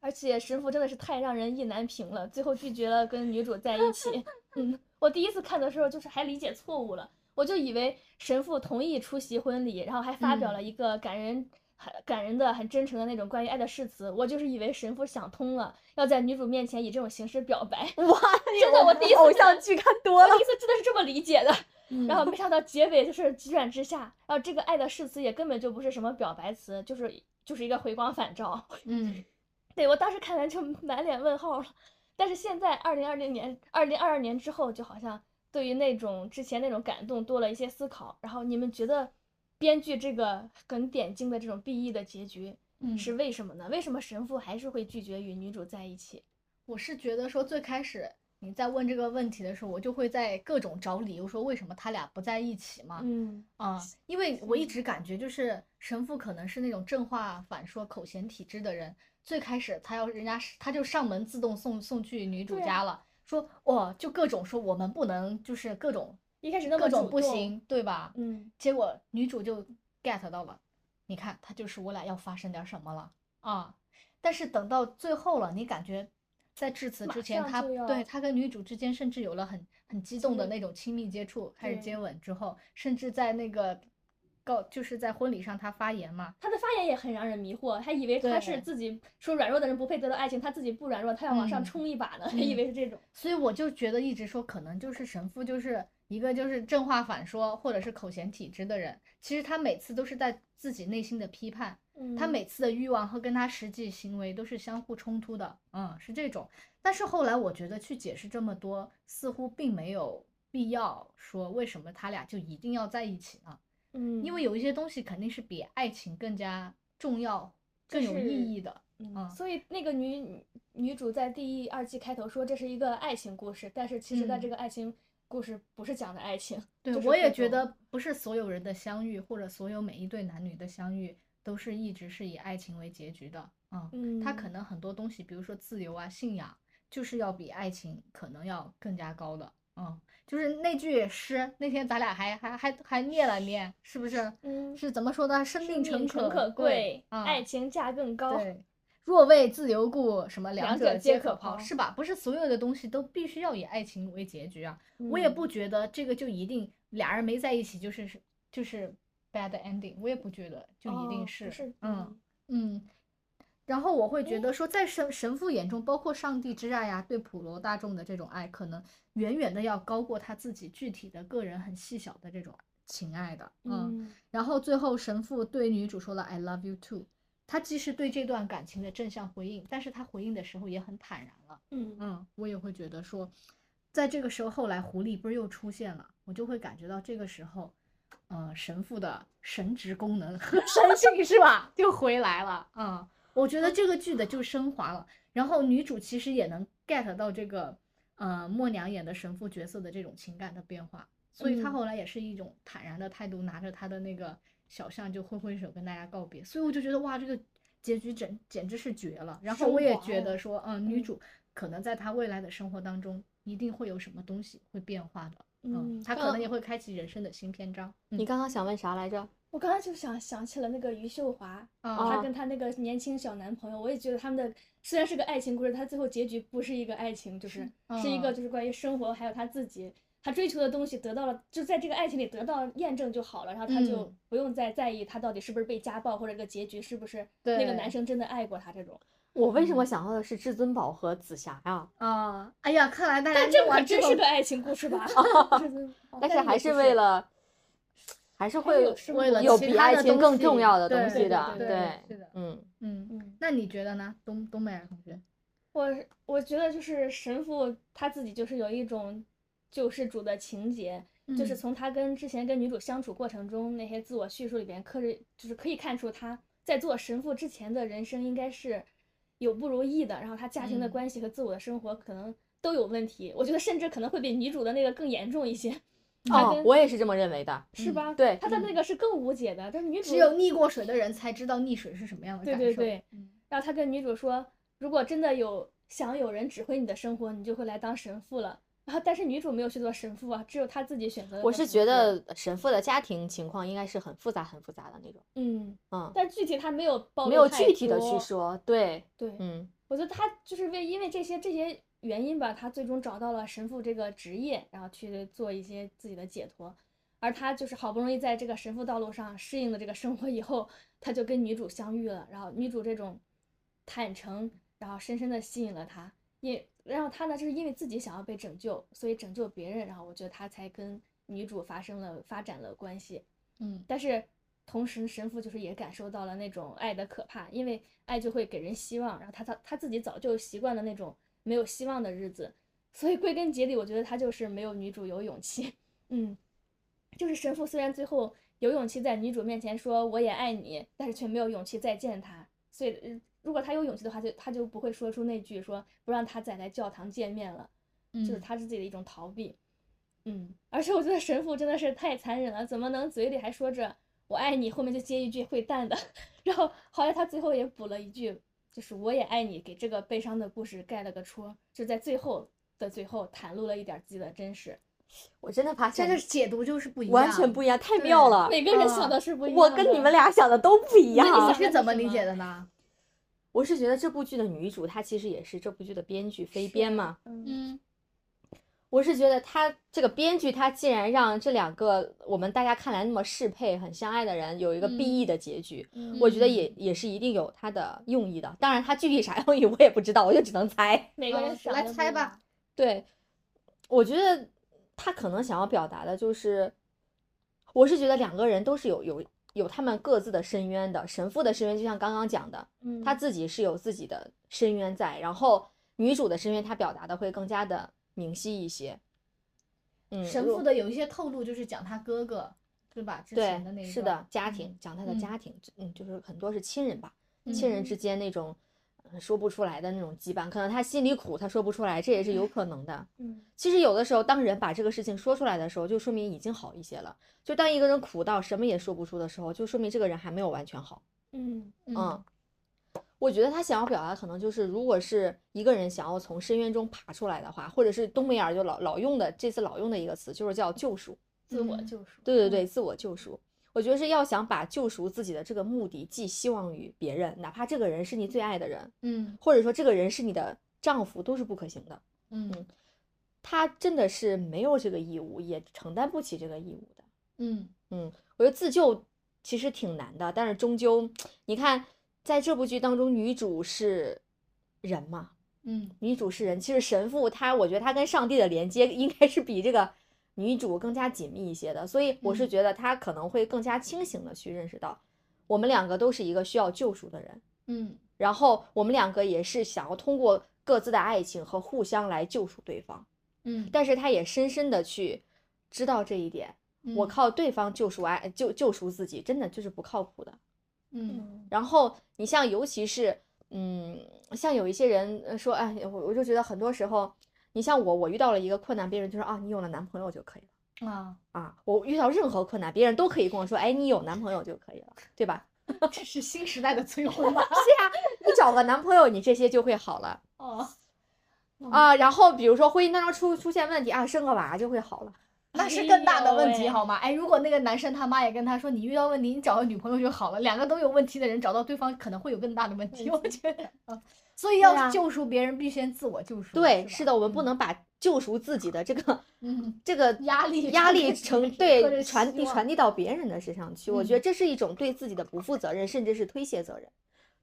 [SPEAKER 3] 而且神父真的是太让人意难平了，最后拒绝了跟女主在
[SPEAKER 1] [LAUGHS]
[SPEAKER 3] 一起。嗯，我第一次看的时候就是还理解错误了，我就以为神父同意出席婚礼，然后还发表了
[SPEAKER 1] 嗯
[SPEAKER 3] 一个感人、很感人的、很真诚的那种关于爱的誓词。我就是以为神父想通了，要在女主面前以这种形式表白。
[SPEAKER 1] [LAUGHS] 哇，
[SPEAKER 3] 真的我第一次
[SPEAKER 1] 哎偶
[SPEAKER 3] 真的
[SPEAKER 1] 像剧看多 [LAUGHS]
[SPEAKER 3] 我
[SPEAKER 1] 了
[SPEAKER 3] 第。一次真的是这么理解的。
[SPEAKER 1] 嗯
[SPEAKER 3] 然后没想到结尾就是急转直下，然后这个爱的誓词也根本就不是什么表白词，就是就是一个回光返照。
[SPEAKER 2] 嗯
[SPEAKER 3] 对我当时看完就满脸问号了。但是现在二零二零年、二零二二年之后，就好像对于那种之前那种感动多了一些思考。然后你们觉得编剧这个很点睛的这种 BE 的结局
[SPEAKER 2] 嗯
[SPEAKER 3] 是为什么呢？为什么神父还是会拒绝与女主在一起？
[SPEAKER 2] 我是觉得说最开始你在问这个问题的时候，我就会在各种找理由说为什么他俩不在一起嘛。
[SPEAKER 3] 嗯
[SPEAKER 2] 啊，因为我一直感觉就是神父可能是那种正话反说、口嫌体正的人。最开始他要人家是他就上门自动送送去女主
[SPEAKER 3] 对啊
[SPEAKER 2] 家了，说哦就各种说我们不能，就是各种
[SPEAKER 3] 一开始那么
[SPEAKER 2] 各种
[SPEAKER 3] 主
[SPEAKER 2] 不
[SPEAKER 3] 动
[SPEAKER 2] 行，对吧？
[SPEAKER 3] 嗯
[SPEAKER 2] 结果女主就 get 到了，你看他就是我俩要发生点什么了啊！但是等到最后了，你感觉在致辞
[SPEAKER 3] 马
[SPEAKER 2] 之前，
[SPEAKER 3] 上
[SPEAKER 2] 他
[SPEAKER 3] 就要
[SPEAKER 2] 对他跟女主之间甚至有了很很激动的那种亲密接触，开始
[SPEAKER 3] 对
[SPEAKER 2] 接吻之后，甚至在那个告就是在婚礼上他发言嘛，
[SPEAKER 3] 他的发言也很让人迷惑，还以为他是
[SPEAKER 2] 对
[SPEAKER 3] 自己说软弱的人不配得到爱情，他自己不软弱，他要往上
[SPEAKER 2] 嗯
[SPEAKER 3] 冲一把呢，还以
[SPEAKER 2] 嗯
[SPEAKER 3] 为是这种。
[SPEAKER 2] 所以我就觉得一直说，可能就是神父就是一个就是正话反说或者是口嫌体直的人，其实他每次都是在自己内心的批判。他
[SPEAKER 3] 嗯
[SPEAKER 2] 每次的欲望和跟他实际行为都是相互冲突的，嗯，是这种。但是后来我觉得去解释这么多，似乎并没有必要说为什么他俩就一定要在一起呢？
[SPEAKER 3] 嗯，
[SPEAKER 2] 因为有一些东西肯定是比爱情更加重要、
[SPEAKER 3] 就
[SPEAKER 2] 更有
[SPEAKER 3] 是
[SPEAKER 2] 意义的。嗯
[SPEAKER 3] 所以那个女女主在第一、二季开头说这是一个爱情故事，但是其实在这
[SPEAKER 2] 嗯
[SPEAKER 3] 个爱情故事不是讲的
[SPEAKER 2] [LAUGHS]
[SPEAKER 3] 爱情，
[SPEAKER 2] 对，
[SPEAKER 3] 就是
[SPEAKER 2] 我也
[SPEAKER 3] 各
[SPEAKER 2] 觉
[SPEAKER 3] 种
[SPEAKER 2] 得不是所有人的相遇，或者所有每一对男女的相遇，都是一直是以爱情为结局的。嗯，
[SPEAKER 3] 嗯，
[SPEAKER 2] 他可能很多东西，比如说自由啊、信仰，就是要比爱情可能要更加高的。嗯，就是那句诗，那天咱俩还还还还念了念，是不是？
[SPEAKER 3] 嗯
[SPEAKER 2] 是怎么说的？生
[SPEAKER 3] 生
[SPEAKER 2] 命诚
[SPEAKER 3] 诚可
[SPEAKER 2] 贵，啊
[SPEAKER 3] 爱情价更高，
[SPEAKER 2] 对。若为自由故，什么
[SPEAKER 3] 两
[SPEAKER 2] 两
[SPEAKER 3] 者
[SPEAKER 2] 者
[SPEAKER 3] 皆
[SPEAKER 2] 皆
[SPEAKER 3] 可
[SPEAKER 2] 可抛，
[SPEAKER 3] 抛
[SPEAKER 2] 是吧？不是所有的东西都必须要以爱情为结局啊。我也
[SPEAKER 3] 嗯
[SPEAKER 2] 不觉得这个就一定俩人没在一起就是是就是 bad ending，我也不觉得就一
[SPEAKER 3] 哦
[SPEAKER 2] 定
[SPEAKER 3] 不
[SPEAKER 2] 是。
[SPEAKER 3] 是
[SPEAKER 2] 嗯，嗯，然后我会觉
[SPEAKER 3] 诶
[SPEAKER 2] 得说，在神神父眼中，包括上帝之爱呀、对普罗大众的这种爱，可能远远的要高过他自己具体的个人很细小的这种情爱的。嗯，
[SPEAKER 3] 嗯
[SPEAKER 2] 然后最后神父对女主说了 “I love you too”，他既是对这段感情的正向回应，但是他回应的时候也很坦然了。
[SPEAKER 3] 嗯
[SPEAKER 2] 嗯，我也会觉得说，在这个时候，后来狐狸不是又出现了，我就会感觉到这个时候，呃，神父的神职功能和神性是吧，就回来了。嗯，我觉得这个剧的就升华了。然后女主其实也能 get 到这个，呃，默娘演的神父角色的这种情感的变化，所以她
[SPEAKER 1] 嗯
[SPEAKER 2] 后来也是一种坦然的态度，拿着她的那个小象就挥挥手跟大家告别。所以我就觉得哇，这个结局简简直是绝了。然后
[SPEAKER 1] 升
[SPEAKER 2] 我也
[SPEAKER 1] 华
[SPEAKER 2] 觉
[SPEAKER 1] 了
[SPEAKER 2] 得说，嗯、女
[SPEAKER 3] 嗯
[SPEAKER 2] 主可能在她未来的生活当中一定会有什么东西会变化的，嗯，
[SPEAKER 3] 嗯
[SPEAKER 2] 她可
[SPEAKER 1] 刚
[SPEAKER 2] 能也会开启人生的新篇章。
[SPEAKER 1] 你
[SPEAKER 2] 嗯
[SPEAKER 1] 刚刚想问啥来着？
[SPEAKER 3] 我刚才就想想起了那个余秀华，
[SPEAKER 2] 啊
[SPEAKER 3] 她
[SPEAKER 1] 哦
[SPEAKER 3] 跟她那个年轻小男朋友，我也觉得他们的虽然是个爱情故事，她最后结局不是一个爱情，就是
[SPEAKER 2] 是
[SPEAKER 3] 是一个
[SPEAKER 2] 嗯
[SPEAKER 3] 就是关于生活还有她自己，她追求的东西得到了，就在这个爱情里得到验证就好了，然后她就
[SPEAKER 2] 嗯
[SPEAKER 3] 不用再在意她到底是不是被家暴或者这个结局是不是那个
[SPEAKER 2] 对
[SPEAKER 3] 男生真的爱过她这种。
[SPEAKER 1] 我为什么
[SPEAKER 2] 嗯
[SPEAKER 1] 想到的是至尊宝和紫霞呀？
[SPEAKER 2] 啊，哎呀，看来大家
[SPEAKER 3] 但这
[SPEAKER 2] 弄
[SPEAKER 3] 可
[SPEAKER 2] 完之
[SPEAKER 3] 真
[SPEAKER 2] 后
[SPEAKER 3] 是个爱情故事
[SPEAKER 1] [LAUGHS]
[SPEAKER 3] 吧？
[SPEAKER 1] 但是
[SPEAKER 2] 哦也
[SPEAKER 1] 还
[SPEAKER 2] 不
[SPEAKER 1] 是为了，还是会
[SPEAKER 3] 有生
[SPEAKER 2] 为了
[SPEAKER 1] 有
[SPEAKER 2] 其
[SPEAKER 1] 比
[SPEAKER 2] 他
[SPEAKER 1] 爱
[SPEAKER 2] 的
[SPEAKER 1] 情
[SPEAKER 2] 东
[SPEAKER 1] 更
[SPEAKER 2] 西
[SPEAKER 1] 重要的
[SPEAKER 2] 对
[SPEAKER 1] 东
[SPEAKER 2] 对
[SPEAKER 1] 西的，
[SPEAKER 2] 对对是的
[SPEAKER 1] 嗯。
[SPEAKER 2] 嗯，
[SPEAKER 3] 嗯，
[SPEAKER 2] 那你觉得呢，东东北尔同学？
[SPEAKER 3] 我我觉得就是神父他自己就是有一种救世主的情节，就是
[SPEAKER 2] 嗯
[SPEAKER 3] 从他跟之前跟女主相处过程中那些自我叙述里边，可是就是可以看出他在做神父之前的人生应该是有不如意的，然后他家庭的
[SPEAKER 2] 嗯
[SPEAKER 3] 关系和自我的生活可能都有问题，我觉得甚至可能会比女主的那个更严重
[SPEAKER 1] [LAUGHS]
[SPEAKER 3] 一些，他
[SPEAKER 1] 哦
[SPEAKER 3] 跟，
[SPEAKER 1] 我也是这么认为的。
[SPEAKER 3] 是
[SPEAKER 2] 嗯
[SPEAKER 3] 吧？
[SPEAKER 1] 对
[SPEAKER 3] 他的那个是更无解的，但女主
[SPEAKER 2] 只有溺过水的人才知道溺水是什么样的
[SPEAKER 3] 对
[SPEAKER 2] 感受。嗯
[SPEAKER 3] 对对，然后他跟女主说，如果真的有想有人指挥你的生活，你就会来当神父了。然后，但是女主没有去做神父啊，只有她自己选择了
[SPEAKER 1] 我
[SPEAKER 3] 做
[SPEAKER 1] 是觉
[SPEAKER 3] 神父，
[SPEAKER 1] 得神父的家庭情况应该是很复杂、很复杂的那种，
[SPEAKER 3] 嗯，
[SPEAKER 1] 嗯，
[SPEAKER 3] 但具体她没有暴
[SPEAKER 1] 没
[SPEAKER 3] 露
[SPEAKER 1] 有
[SPEAKER 3] 太
[SPEAKER 1] 具体的去
[SPEAKER 3] 多，
[SPEAKER 1] 说。对，
[SPEAKER 3] 对，
[SPEAKER 1] 嗯，
[SPEAKER 3] 我觉得她就是为因为这些这些原因吧，她最终找到了神父这个职业，然后去做一些自己的解脱。而她就是好不容易在这个神父道路上适应了这个生活以后，她就跟女主相遇了，然后女主这种坦诚，然后深深的吸引了她，也然后她呢，就是因为自己想要被拯救，所以拯救别人，然后我觉得她才跟女主发生了发展了关系。
[SPEAKER 2] 嗯
[SPEAKER 3] 但是同时神父就是也感受到了那种爱的可怕，因为爱就会给人希望，然后他他他自己早就习惯了那种没有希望的日子，所以归根结底，我觉得他就是没有女主有勇气。嗯，就是神父虽然最后有勇气在女主面前说我也爱你，但是却没有勇气再见她，所以。呃如果他有勇气的话，就他就不会说出那句说不让他再来教堂见面了。
[SPEAKER 2] 嗯，
[SPEAKER 3] 就是他是自己的一种逃避。嗯，而且我觉得神父真的是太残忍了，怎么能嘴里还说着“我爱你”，后面就接一句会淡的，然后后来他最后也补了一句，就是“我也爱你”，给这个悲伤的故事盖了个戳，就在最后的最后袒露了一点儿自己的真实。
[SPEAKER 1] 我真的发
[SPEAKER 2] 这
[SPEAKER 1] 现
[SPEAKER 2] 个解读就是不一样，
[SPEAKER 1] 完全不一样，太妙
[SPEAKER 2] 对
[SPEAKER 1] 了。
[SPEAKER 3] 每个人
[SPEAKER 2] 啊
[SPEAKER 3] 想的是不一样的。
[SPEAKER 1] 我跟你们俩想的都不一样
[SPEAKER 3] 那你。
[SPEAKER 2] 你
[SPEAKER 3] 想
[SPEAKER 2] 是
[SPEAKER 3] 的
[SPEAKER 2] 怎
[SPEAKER 3] 是
[SPEAKER 2] 么
[SPEAKER 3] 什
[SPEAKER 2] 理
[SPEAKER 3] 么
[SPEAKER 2] 解的呢？
[SPEAKER 1] 我是觉得这部剧的女主她其实也是这部剧的编剧飞
[SPEAKER 3] 是
[SPEAKER 1] 编嘛，
[SPEAKER 3] 嗯，
[SPEAKER 2] 嗯
[SPEAKER 1] 我是觉得他这个编剧，他竟然让这两个我们大家看来那么适配、很相爱的人有一个
[SPEAKER 2] 嗯
[SPEAKER 1] BE 的结局，
[SPEAKER 3] 嗯
[SPEAKER 1] 我觉得也也是一定有他的用意的。当然，他具体啥用意我也不知道，我就只能猜。
[SPEAKER 3] 每个人
[SPEAKER 2] 嗯
[SPEAKER 3] 想
[SPEAKER 2] 来
[SPEAKER 3] 的不
[SPEAKER 2] 猜
[SPEAKER 3] 一
[SPEAKER 2] 吧
[SPEAKER 3] 样。
[SPEAKER 1] 对，我觉得他可能想要表达的就是，我是觉得两个人都是有有有他们各自的深渊的。神父的深渊就像刚刚讲的，
[SPEAKER 3] 嗯，
[SPEAKER 1] 他自己是有自己的深渊在，然后女主的深渊她表达的会更加的明晰一些。嗯，
[SPEAKER 2] 神
[SPEAKER 1] 如
[SPEAKER 2] 父的有一些透露就是讲他哥哥，对吧？之
[SPEAKER 1] 对
[SPEAKER 2] 前的那一
[SPEAKER 1] 是
[SPEAKER 2] 段
[SPEAKER 1] 的，家庭讲他的
[SPEAKER 2] 嗯
[SPEAKER 1] 家庭，嗯，就是很多是亲人吧，亲人之间那种呃说不出来的那种羁绊，可能他心里苦，他说不出来，这也是有可能的。
[SPEAKER 3] 嗯
[SPEAKER 1] 其实有的时候，当人把这个事情说出来的时候，就说明已经好一些了。就当一个人苦到什么也说不出的时候，就说明这个人还没有完全好。
[SPEAKER 3] 嗯
[SPEAKER 2] 嗯
[SPEAKER 1] 嗯，我觉得他想要表达可能就是，如果是一个人想要从深渊中爬出来的话，或者是东北尔就老老用的这次老用的一个词，就是叫救赎。
[SPEAKER 3] 自我
[SPEAKER 2] 嗯
[SPEAKER 3] 救赎。
[SPEAKER 1] 对对
[SPEAKER 3] 嗯
[SPEAKER 1] 对，自我救赎。我觉得是要想把救赎自己的这个目的寄希望于别人，哪怕这个人是你最爱的人，
[SPEAKER 2] 嗯
[SPEAKER 1] 或者说这个人是你的丈夫，都是不可行的。
[SPEAKER 2] 嗯
[SPEAKER 1] 他真的是没有这个义务，也承担不起这个义务的。
[SPEAKER 2] 嗯
[SPEAKER 1] 嗯，我觉得自救其实挺难的，但是终究，你看在这部剧当中，女主是人嘛，
[SPEAKER 2] 嗯
[SPEAKER 1] 女主是人，其实神父他，我觉得他跟上帝的连接应该是比这个女主更加紧密一些的，所以我是
[SPEAKER 2] 嗯
[SPEAKER 1] 觉得他可能会更加清醒的去认识到，我们两个都是一个需要救赎的人，
[SPEAKER 2] 嗯
[SPEAKER 1] 然后我们两个也是想要通过各自的爱情和互相来救赎对方，
[SPEAKER 2] 嗯，
[SPEAKER 1] 但是他也深深的去知道这一点，我
[SPEAKER 2] 嗯
[SPEAKER 1] 靠对方救赎爱救救赎自己，真的就是不靠谱的。
[SPEAKER 2] 嗯
[SPEAKER 3] 嗯
[SPEAKER 1] 然后你像尤其是嗯，像有一些人呃说，哎，我我就觉得很多时候，你像我，我遇到了一个困难，别人就说啊，你有了男朋友就可以了
[SPEAKER 2] 啊，
[SPEAKER 1] 啊。我遇到任何困难，别人都可以跟我说，哎，你有男朋友就可以了，对吧？ [LAUGHS]
[SPEAKER 2] 这是新时代的催婚吧？
[SPEAKER 1] 你找个男朋友，你这些就会好了
[SPEAKER 2] 哦，
[SPEAKER 1] 啊。然后比如说婚姻当中出出现问题啊，生个娃就会好了。
[SPEAKER 2] 那是更大的问
[SPEAKER 3] 哎
[SPEAKER 2] 题
[SPEAKER 3] 呦
[SPEAKER 2] 好吗？哎，如果那个男生他妈也跟他说，你遇到问题，你找个女朋友就好了。两个都有问题的人，找到对方可能会有更大的问题，我觉得。啊所以
[SPEAKER 1] 对啊
[SPEAKER 2] 要救赎别人，必先自我救赎。
[SPEAKER 1] 对，
[SPEAKER 2] 是
[SPEAKER 1] 是
[SPEAKER 2] 吧
[SPEAKER 1] 的，我们不能把救赎自己的这个
[SPEAKER 2] 嗯，
[SPEAKER 1] 这个
[SPEAKER 2] 压力
[SPEAKER 1] 压
[SPEAKER 2] 传
[SPEAKER 1] 力
[SPEAKER 2] 给
[SPEAKER 1] 成
[SPEAKER 2] 别人或者
[SPEAKER 1] 对
[SPEAKER 2] 希
[SPEAKER 1] 传递
[SPEAKER 2] 望
[SPEAKER 1] 传递到别人的身上去，我觉
[SPEAKER 2] 嗯
[SPEAKER 1] 得这是一种对自己的不负责任，甚至是推卸责任。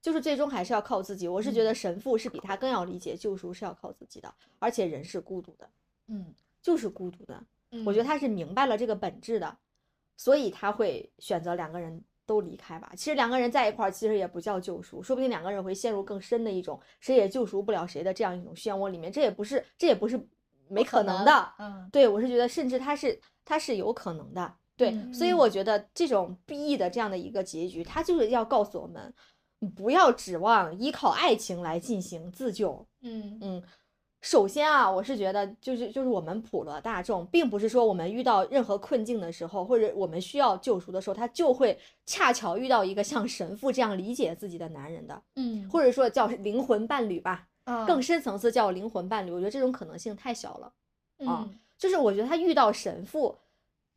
[SPEAKER 1] 就是最终还是要靠自己。我是觉
[SPEAKER 2] 嗯
[SPEAKER 1] 得神父是比他更要理解救赎是要靠自己的，而且人是孤独的，
[SPEAKER 2] 嗯，
[SPEAKER 1] 就是孤独的。
[SPEAKER 2] 嗯
[SPEAKER 1] 我觉得他是明白了这个本质的，所以他会选择两个人都离开吧。其实两个人在一块儿，其实也不叫救赎，说不定两个人会陷入更深的一种谁也救赎不了谁的这样一种漩涡里面。这也不是，这也不是没可能的。
[SPEAKER 2] 嗯，
[SPEAKER 1] 对，我是觉得，甚至它是它是有可能的，对，所以我觉得这种 BE 的这样的一个结局，它就是要告诉我们，你不要指望依靠爱情来进行自救。
[SPEAKER 2] 嗯
[SPEAKER 1] 嗯，首先啊，我是觉得，就是就是我们普罗大众，并不是说我们遇到任何困境的时候，或者我们需要救赎的时候，他就会恰巧遇到一个像神父这样理解自己的男人的，
[SPEAKER 2] 嗯，
[SPEAKER 1] 或者说叫灵魂伴侣吧，
[SPEAKER 2] 啊
[SPEAKER 1] 更深层次叫灵魂伴侣，我觉得这种可能性太小了。啊
[SPEAKER 2] 嗯
[SPEAKER 1] 就是我觉得他遇到神父，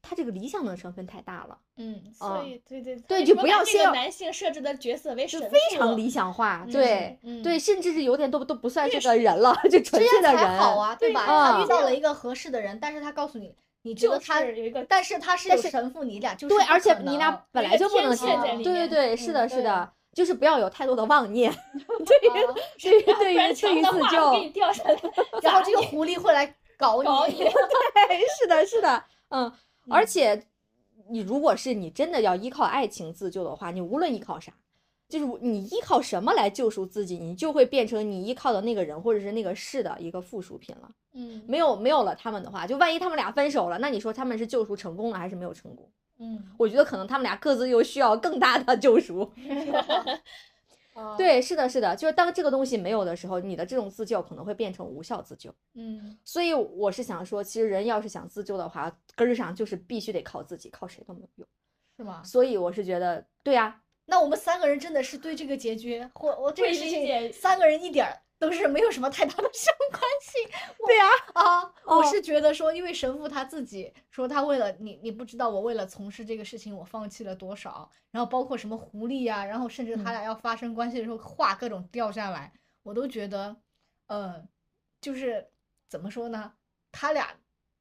[SPEAKER 1] 他这个理想的成分太大了，
[SPEAKER 2] 嗯
[SPEAKER 1] 啊
[SPEAKER 3] 所以对对
[SPEAKER 1] 对
[SPEAKER 3] 为
[SPEAKER 1] 就
[SPEAKER 3] 什么
[SPEAKER 1] 不
[SPEAKER 3] 把
[SPEAKER 1] 要
[SPEAKER 3] 这
[SPEAKER 1] 先
[SPEAKER 3] 个
[SPEAKER 1] 要
[SPEAKER 3] 男性设置的角色为
[SPEAKER 1] 就
[SPEAKER 3] 神
[SPEAKER 1] 非常
[SPEAKER 3] 父
[SPEAKER 1] 理想化，
[SPEAKER 3] 嗯
[SPEAKER 1] 对、
[SPEAKER 2] 嗯
[SPEAKER 1] 对，甚至是有点都都不算这个人了，就纯
[SPEAKER 2] 这
[SPEAKER 1] 粹
[SPEAKER 2] 样
[SPEAKER 1] 的
[SPEAKER 2] 才
[SPEAKER 1] 人
[SPEAKER 2] 好啊，对
[SPEAKER 3] 对
[SPEAKER 2] 吧？
[SPEAKER 1] 啊
[SPEAKER 2] 他遇到了一个合适的人，但是他告诉你，你觉
[SPEAKER 3] 就
[SPEAKER 2] 得他，
[SPEAKER 3] 是有一个
[SPEAKER 2] 但是他是
[SPEAKER 1] 但
[SPEAKER 2] 有
[SPEAKER 1] 是
[SPEAKER 2] 神父，你俩就是
[SPEAKER 1] 对，
[SPEAKER 2] 不
[SPEAKER 1] 而且
[SPEAKER 2] 可
[SPEAKER 1] 你
[SPEAKER 2] 能
[SPEAKER 1] 俩 [LAUGHS] 本
[SPEAKER 3] 有
[SPEAKER 1] 来
[SPEAKER 3] 一个
[SPEAKER 1] 就不能
[SPEAKER 3] 天
[SPEAKER 1] 见
[SPEAKER 2] 线在
[SPEAKER 1] 面，
[SPEAKER 2] 里
[SPEAKER 1] 对对
[SPEAKER 3] 面
[SPEAKER 1] 对，是的，
[SPEAKER 2] 嗯
[SPEAKER 1] 是的，就是不要有太多的妄念， [LAUGHS]
[SPEAKER 2] 啊，
[SPEAKER 1] 对于对于
[SPEAKER 3] 反
[SPEAKER 1] 对
[SPEAKER 3] 常
[SPEAKER 1] 于
[SPEAKER 3] 的
[SPEAKER 1] 自
[SPEAKER 3] 话，
[SPEAKER 1] 救
[SPEAKER 3] 我给，你吊上来
[SPEAKER 2] 然后这个狐狸会来搞你，
[SPEAKER 3] 搞你
[SPEAKER 1] 对，是的，是的，嗯，而且你如果是你真的要依靠爱情自救的话，你无论依靠啥。就是你依靠什么来救赎自己，你就会变成你依靠的那个人或者是那个事的一个附属品了。 [LAUGHS]
[SPEAKER 2] 嗯
[SPEAKER 1] 没有没有了他们的话，就万一他们俩分手了，那你说他们是救赎成功了还是没有成功？
[SPEAKER 2] 嗯，
[SPEAKER 1] 我觉得可能他们俩各自又需要更大的救赎。
[SPEAKER 2] 啊，
[SPEAKER 1] 对，是的，是的，就是当这个东西没有的时候，你的这种自救可能会变成无效自救。
[SPEAKER 2] 嗯
[SPEAKER 1] 所以我是想说，其实人要是想自救的话，根儿上就是必须得靠自己，靠谁都没有用。
[SPEAKER 2] 是吗？
[SPEAKER 1] 所以我是觉得，对啊，
[SPEAKER 2] 那我们三个人真的是对这个结局或我这
[SPEAKER 3] 会
[SPEAKER 2] 个事
[SPEAKER 3] 理
[SPEAKER 2] 情，
[SPEAKER 3] 解
[SPEAKER 2] 三个人一点儿都是没有什么太大的 [LAUGHS] 相关性。
[SPEAKER 1] 对啊，
[SPEAKER 2] 啊，我
[SPEAKER 1] 哦
[SPEAKER 2] 是觉得说，因为神父他自己说，他为了你，你不知道我为了从事这个事情，我放弃了多少，然后包括什么狐狸啊，然后甚至
[SPEAKER 1] 嗯
[SPEAKER 2] 他俩要发生关系的时候，话各种掉下来，我都觉得，呃，就是怎么说呢，他俩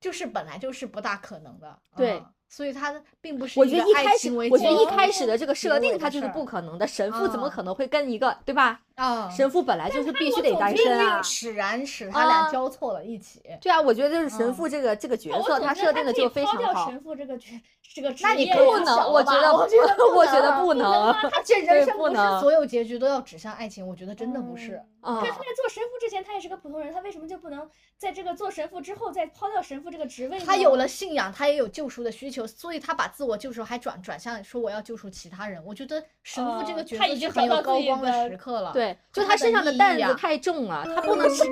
[SPEAKER 2] 就是本来就是不大可能的，
[SPEAKER 1] 对
[SPEAKER 2] 啊所以他并不是
[SPEAKER 1] 我觉
[SPEAKER 2] 个
[SPEAKER 1] 得一
[SPEAKER 2] 爱
[SPEAKER 1] 开始，
[SPEAKER 2] 情为
[SPEAKER 1] 我觉得一
[SPEAKER 2] 基
[SPEAKER 1] 开始的这个设
[SPEAKER 2] 结尾
[SPEAKER 1] 定
[SPEAKER 2] 的
[SPEAKER 1] 它就是
[SPEAKER 2] 事儿
[SPEAKER 1] 不可能的，神父怎么
[SPEAKER 2] 啊
[SPEAKER 1] 可能会跟一个对吧？
[SPEAKER 2] 啊，
[SPEAKER 1] 神父本来就是必须得
[SPEAKER 3] 我
[SPEAKER 1] 单
[SPEAKER 3] 总
[SPEAKER 2] 命
[SPEAKER 1] 身
[SPEAKER 2] 运
[SPEAKER 1] 啊。
[SPEAKER 2] 使然使他俩
[SPEAKER 1] 啊
[SPEAKER 2] 交错了一起。
[SPEAKER 1] 对啊，我觉得就是神
[SPEAKER 2] 嗯
[SPEAKER 1] 父这个这个角
[SPEAKER 3] 我
[SPEAKER 1] 色，
[SPEAKER 3] 总
[SPEAKER 1] 他
[SPEAKER 3] 觉得
[SPEAKER 1] 设定
[SPEAKER 3] 可
[SPEAKER 1] 的
[SPEAKER 3] 以
[SPEAKER 1] 就非
[SPEAKER 3] 抛
[SPEAKER 1] 常
[SPEAKER 3] 掉
[SPEAKER 1] 好。
[SPEAKER 3] 神父这个角这个职
[SPEAKER 2] 那你
[SPEAKER 3] 业
[SPEAKER 2] 不
[SPEAKER 3] 呀
[SPEAKER 2] 能
[SPEAKER 3] 小
[SPEAKER 1] 我
[SPEAKER 3] 吧
[SPEAKER 1] 觉得
[SPEAKER 3] 我觉得不
[SPEAKER 1] 我觉得
[SPEAKER 3] 能
[SPEAKER 1] 不能
[SPEAKER 3] 啊
[SPEAKER 2] [LAUGHS] 他这人
[SPEAKER 1] 对
[SPEAKER 2] 生
[SPEAKER 1] 不
[SPEAKER 2] 不是
[SPEAKER 1] 能
[SPEAKER 2] 所有结局都要指向爱情，我觉得真的不
[SPEAKER 3] 嗯
[SPEAKER 2] 是。
[SPEAKER 1] 啊
[SPEAKER 3] [LAUGHS] 可是他在做神父之前，他也是个普通人，他为什么就不能在这个做神父之后再抛掉神父这个职位呢？
[SPEAKER 2] 他有了信仰，他也有救赎的需求，所以他把自我救赎还转转向说我要救赎其他人。我觉得神父这
[SPEAKER 3] 哦
[SPEAKER 2] 个角
[SPEAKER 3] 他
[SPEAKER 2] 色
[SPEAKER 3] 已
[SPEAKER 2] 就
[SPEAKER 3] 经
[SPEAKER 2] 很有
[SPEAKER 3] 找到
[SPEAKER 2] 高
[SPEAKER 3] 自己
[SPEAKER 2] 光的
[SPEAKER 3] 的
[SPEAKER 2] 时刻了。， [LAUGHS]
[SPEAKER 1] 对，就
[SPEAKER 2] 和
[SPEAKER 1] 他
[SPEAKER 2] 他
[SPEAKER 1] 身
[SPEAKER 2] 的
[SPEAKER 1] 上的
[SPEAKER 2] 意义
[SPEAKER 1] 担
[SPEAKER 2] 啊
[SPEAKER 1] 子太重了，他不能是。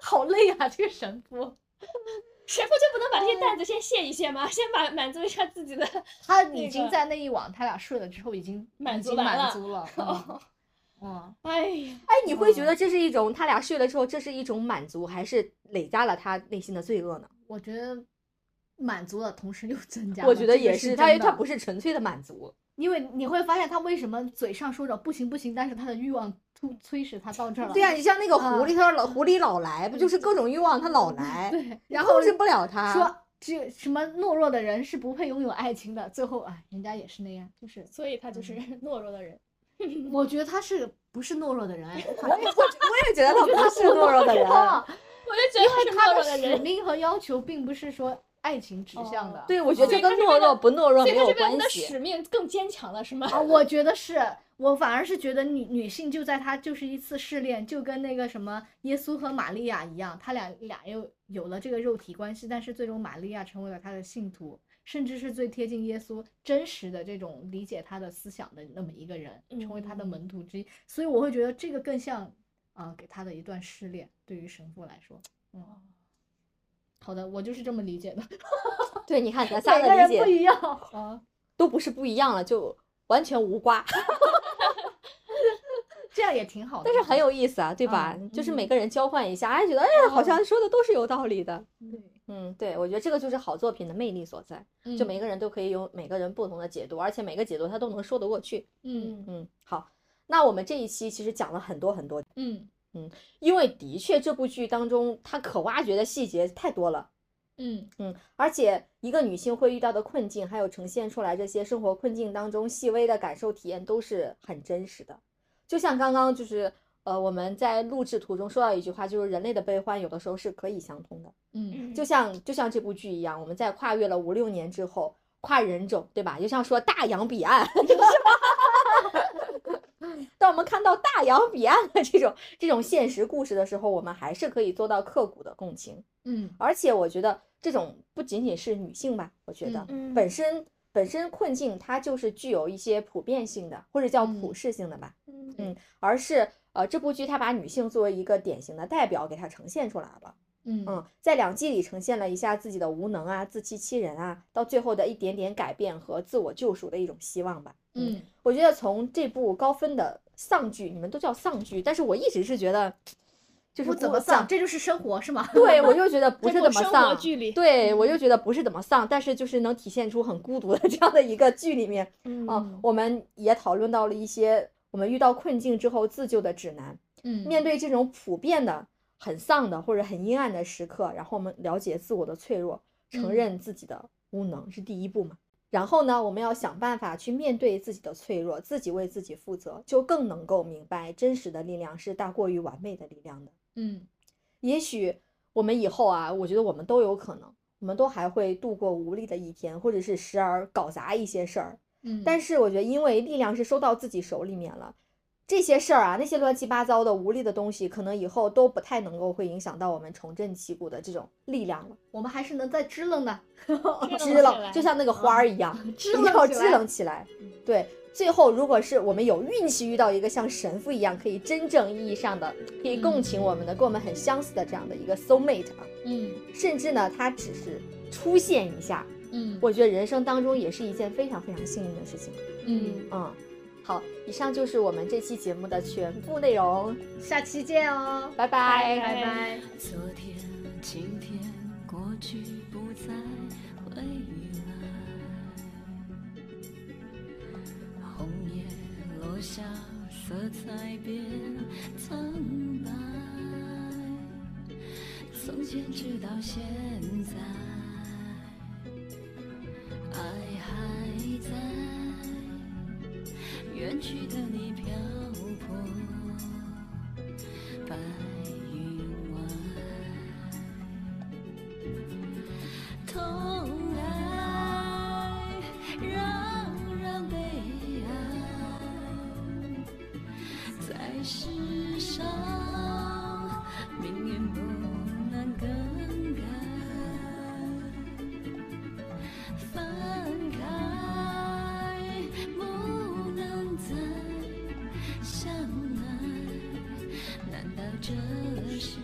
[SPEAKER 2] 好累啊，这个神父，
[SPEAKER 3] 神父就不能把这些
[SPEAKER 1] 嗯
[SPEAKER 3] 担子先卸一卸吗？先把满足一下自己的。
[SPEAKER 2] [LAUGHS] 他
[SPEAKER 3] 那
[SPEAKER 2] 已经
[SPEAKER 3] 个
[SPEAKER 2] 在那一晚他俩睡了之后已经
[SPEAKER 3] 满
[SPEAKER 2] 已
[SPEAKER 3] 足
[SPEAKER 2] 经
[SPEAKER 3] 完
[SPEAKER 2] 满
[SPEAKER 3] 了
[SPEAKER 2] 足了。嗯嗯，
[SPEAKER 3] 哎呀，
[SPEAKER 1] 哎，你会觉得这是一种他俩睡了之后，这是一种满足，还是累加了他内心的罪恶呢？
[SPEAKER 2] 我觉得满足了，同时又增加了。
[SPEAKER 1] 我觉得
[SPEAKER 2] 这个
[SPEAKER 1] 也
[SPEAKER 2] 是，
[SPEAKER 1] 他
[SPEAKER 2] 真
[SPEAKER 1] 他
[SPEAKER 2] 的
[SPEAKER 1] 不是纯粹的满足。
[SPEAKER 2] 因为你会发现他为什么嘴上说着不行不行，但是他的欲望促催使他到这儿了。
[SPEAKER 1] 对啊，你像那个狐
[SPEAKER 2] 啊
[SPEAKER 1] 狸，他说老狐狸老来，不就是各种欲望，他老来，
[SPEAKER 2] 嗯对，
[SPEAKER 1] 你
[SPEAKER 2] 然后
[SPEAKER 1] 控制不了他。
[SPEAKER 2] 说这什么懦弱的人是不配拥有爱情的，最后哎，人家也是那样，就是
[SPEAKER 3] 所以他就是
[SPEAKER 1] 嗯
[SPEAKER 3] [LAUGHS] 懦弱的人。
[SPEAKER 2] 我觉得他是不是懦弱的人哎，
[SPEAKER 1] [LAUGHS] 我也我我也觉得他不 [LAUGHS]
[SPEAKER 2] [LAUGHS]
[SPEAKER 1] 是懦弱的人，啊
[SPEAKER 3] 我就觉
[SPEAKER 2] 因
[SPEAKER 1] [LAUGHS]
[SPEAKER 3] 得他
[SPEAKER 2] 为他
[SPEAKER 3] 是懦弱
[SPEAKER 2] 的
[SPEAKER 3] 的
[SPEAKER 2] 使
[SPEAKER 3] 人，
[SPEAKER 2] 命和要求并不是说爱情指向的
[SPEAKER 3] 哦，
[SPEAKER 1] 对我觉得
[SPEAKER 3] 所
[SPEAKER 1] 这
[SPEAKER 3] 以
[SPEAKER 1] 跟
[SPEAKER 3] 他是
[SPEAKER 1] 懦
[SPEAKER 3] 为
[SPEAKER 1] 弱
[SPEAKER 3] 了
[SPEAKER 1] 不懦弱
[SPEAKER 3] 所以
[SPEAKER 1] 没
[SPEAKER 3] 他
[SPEAKER 1] 有
[SPEAKER 3] 是为了他
[SPEAKER 1] 关
[SPEAKER 3] 的
[SPEAKER 1] 系。
[SPEAKER 3] 使命更坚强了，是吗？
[SPEAKER 2] 啊，我觉得是我反而是觉得女女性就在她就是一次试炼，就跟那个什么耶稣和玛利亚一样，他俩俩又有了这个肉体关系，但是最终玛利亚成为了他的信徒，甚至是最贴近耶稣真实的这种理解他的思想的那么一个人，成为他的
[SPEAKER 1] 嗯
[SPEAKER 2] 门徒之一。所以我会觉得这个更像啊、给他的一段试炼，对于神父来说，嗯。
[SPEAKER 1] 哦
[SPEAKER 2] 好的，我就是这么理解的。
[SPEAKER 1] 对，你看咱仨
[SPEAKER 2] 每个
[SPEAKER 1] 的
[SPEAKER 2] 人
[SPEAKER 1] 理
[SPEAKER 2] 不
[SPEAKER 1] 解
[SPEAKER 2] 一样啊，
[SPEAKER 1] 都不是不一样了，就完全无瓜，
[SPEAKER 2] 嗯这样也挺好的。
[SPEAKER 1] 但是很有意思啊，对吧？
[SPEAKER 2] 嗯
[SPEAKER 1] 就是
[SPEAKER 2] 嗯
[SPEAKER 1] 每个人交换一下，哎，觉得哎呀，好
[SPEAKER 2] 哦
[SPEAKER 1] 像说的都是有道理的。
[SPEAKER 2] 对，
[SPEAKER 1] 嗯，对，我觉得这个就是好作品的魅力所在，
[SPEAKER 2] 嗯
[SPEAKER 1] 就每个人都可以有每个人不同的解读，而且每个解读他都能说得过去。
[SPEAKER 2] 嗯
[SPEAKER 1] 嗯，好，那我们这一期其实讲了很多很多，
[SPEAKER 2] 嗯
[SPEAKER 1] 因为的确这部剧当中它可挖掘的细节太多了。
[SPEAKER 2] 嗯
[SPEAKER 1] 嗯，而且一个女性会遇到的困境，还有呈现出来这些生活困境当中细微的感受体验，都是很真实的。就像刚刚就是呃我们在录制途中说到一句话，就是人类的悲欢有的时候是可以相通的。
[SPEAKER 2] 嗯
[SPEAKER 1] 就像就像这部剧一样，我们在跨越了五六年之后，跨人种，对吧？就像说大洋彼岸， [LAUGHS] 当我们看到大洋彼岸的这种这种现实故事的时候，我们还是可以做到刻骨的共情。
[SPEAKER 2] 嗯
[SPEAKER 1] 而且我觉得这种不仅仅是女性吧，我觉得
[SPEAKER 3] 嗯
[SPEAKER 1] 本身本身困境它就是具有一些普遍性的，或者叫
[SPEAKER 2] 嗯
[SPEAKER 1] 普适性的吧，
[SPEAKER 3] 嗯
[SPEAKER 1] 嗯，而是呃这部剧它把女性作为一个典型的代表给它呈现出来了。
[SPEAKER 2] 嗯
[SPEAKER 1] 嗯，在两季里呈现了一下自己的无能啊、自欺欺人啊，到最后的一点点改变和自我救赎的一种希望吧。，
[SPEAKER 2] 嗯
[SPEAKER 1] 我觉得从这部高分的丧剧，你们都叫丧剧，但是我一直是觉得，就是
[SPEAKER 2] 不怎
[SPEAKER 1] 不
[SPEAKER 2] 么丧，，这就是生活
[SPEAKER 1] [LAUGHS]
[SPEAKER 2] 是吗？ [LAUGHS]
[SPEAKER 1] 对我就觉得不
[SPEAKER 3] 在
[SPEAKER 1] 是
[SPEAKER 3] 过
[SPEAKER 1] 怎么
[SPEAKER 3] 生活
[SPEAKER 1] 丧。
[SPEAKER 3] 剧里，
[SPEAKER 1] 对，我
[SPEAKER 2] 嗯
[SPEAKER 1] 就觉得不是怎么丧，但是就是能体现出很孤独的这样的一个剧里面啊、
[SPEAKER 2] 嗯
[SPEAKER 1] 我们也讨论到了一些我们遇到困境之后自救的指南，
[SPEAKER 2] 嗯
[SPEAKER 1] 面对这种普遍的、很丧的或者很阴暗的时刻，然后我们了解自我的脆弱，承
[SPEAKER 2] 嗯
[SPEAKER 1] 认自己的无能是第一步嘛。然后呢，我们要想办法去面对自己的脆弱，自己为自己负责，就更能够明白真实的力量是大过于完美的力量的。
[SPEAKER 2] 嗯
[SPEAKER 1] 也许我们以后啊，我觉得我们都有可能，我们都还会度过无力的一天，或者是时而搞砸一些事儿，
[SPEAKER 2] 嗯，
[SPEAKER 1] 但
[SPEAKER 2] 是
[SPEAKER 1] 是我觉得，因为力量是收到自己手里面了，这些事儿啊，那些乱七八糟的无力的东西，可能以后都不太能够会影响到我们重振旗鼓的这种力量了。
[SPEAKER 2] 我们还是能再支棱的，
[SPEAKER 3] 支
[SPEAKER 2] [LAUGHS]
[SPEAKER 1] 支
[SPEAKER 3] 起
[SPEAKER 1] 棱
[SPEAKER 3] 来
[SPEAKER 1] 就像那个花儿一样，
[SPEAKER 2] 支
[SPEAKER 1] 一定要
[SPEAKER 2] 起
[SPEAKER 1] 支
[SPEAKER 2] 来
[SPEAKER 1] 棱起来
[SPEAKER 2] 嗯。
[SPEAKER 1] 对，最后如果是我们有运气遇到一个像神父一样，可以真正意义上的可以共情我们的，跟我们很相似的这样的一个 soul mate 啊，
[SPEAKER 2] 嗯
[SPEAKER 1] 甚至呢，他只是出现一下，
[SPEAKER 2] 嗯
[SPEAKER 1] 我觉得人生当中也是一件非常非常幸运的事情。啊
[SPEAKER 2] 嗯，
[SPEAKER 1] 嗯，好，以上就是我们这期节目的全部内容，
[SPEAKER 2] 下期见哦，
[SPEAKER 1] 拜拜。
[SPEAKER 2] 拜拜。
[SPEAKER 4] 昨天、今天、过去不再回来。红叶落下，色彩变苍白。从前直到现在，爱还在。远去的你漂泊。白云外，痛爱让让悲哀，在世上命运不能更改，分开不能再相爱。难道这是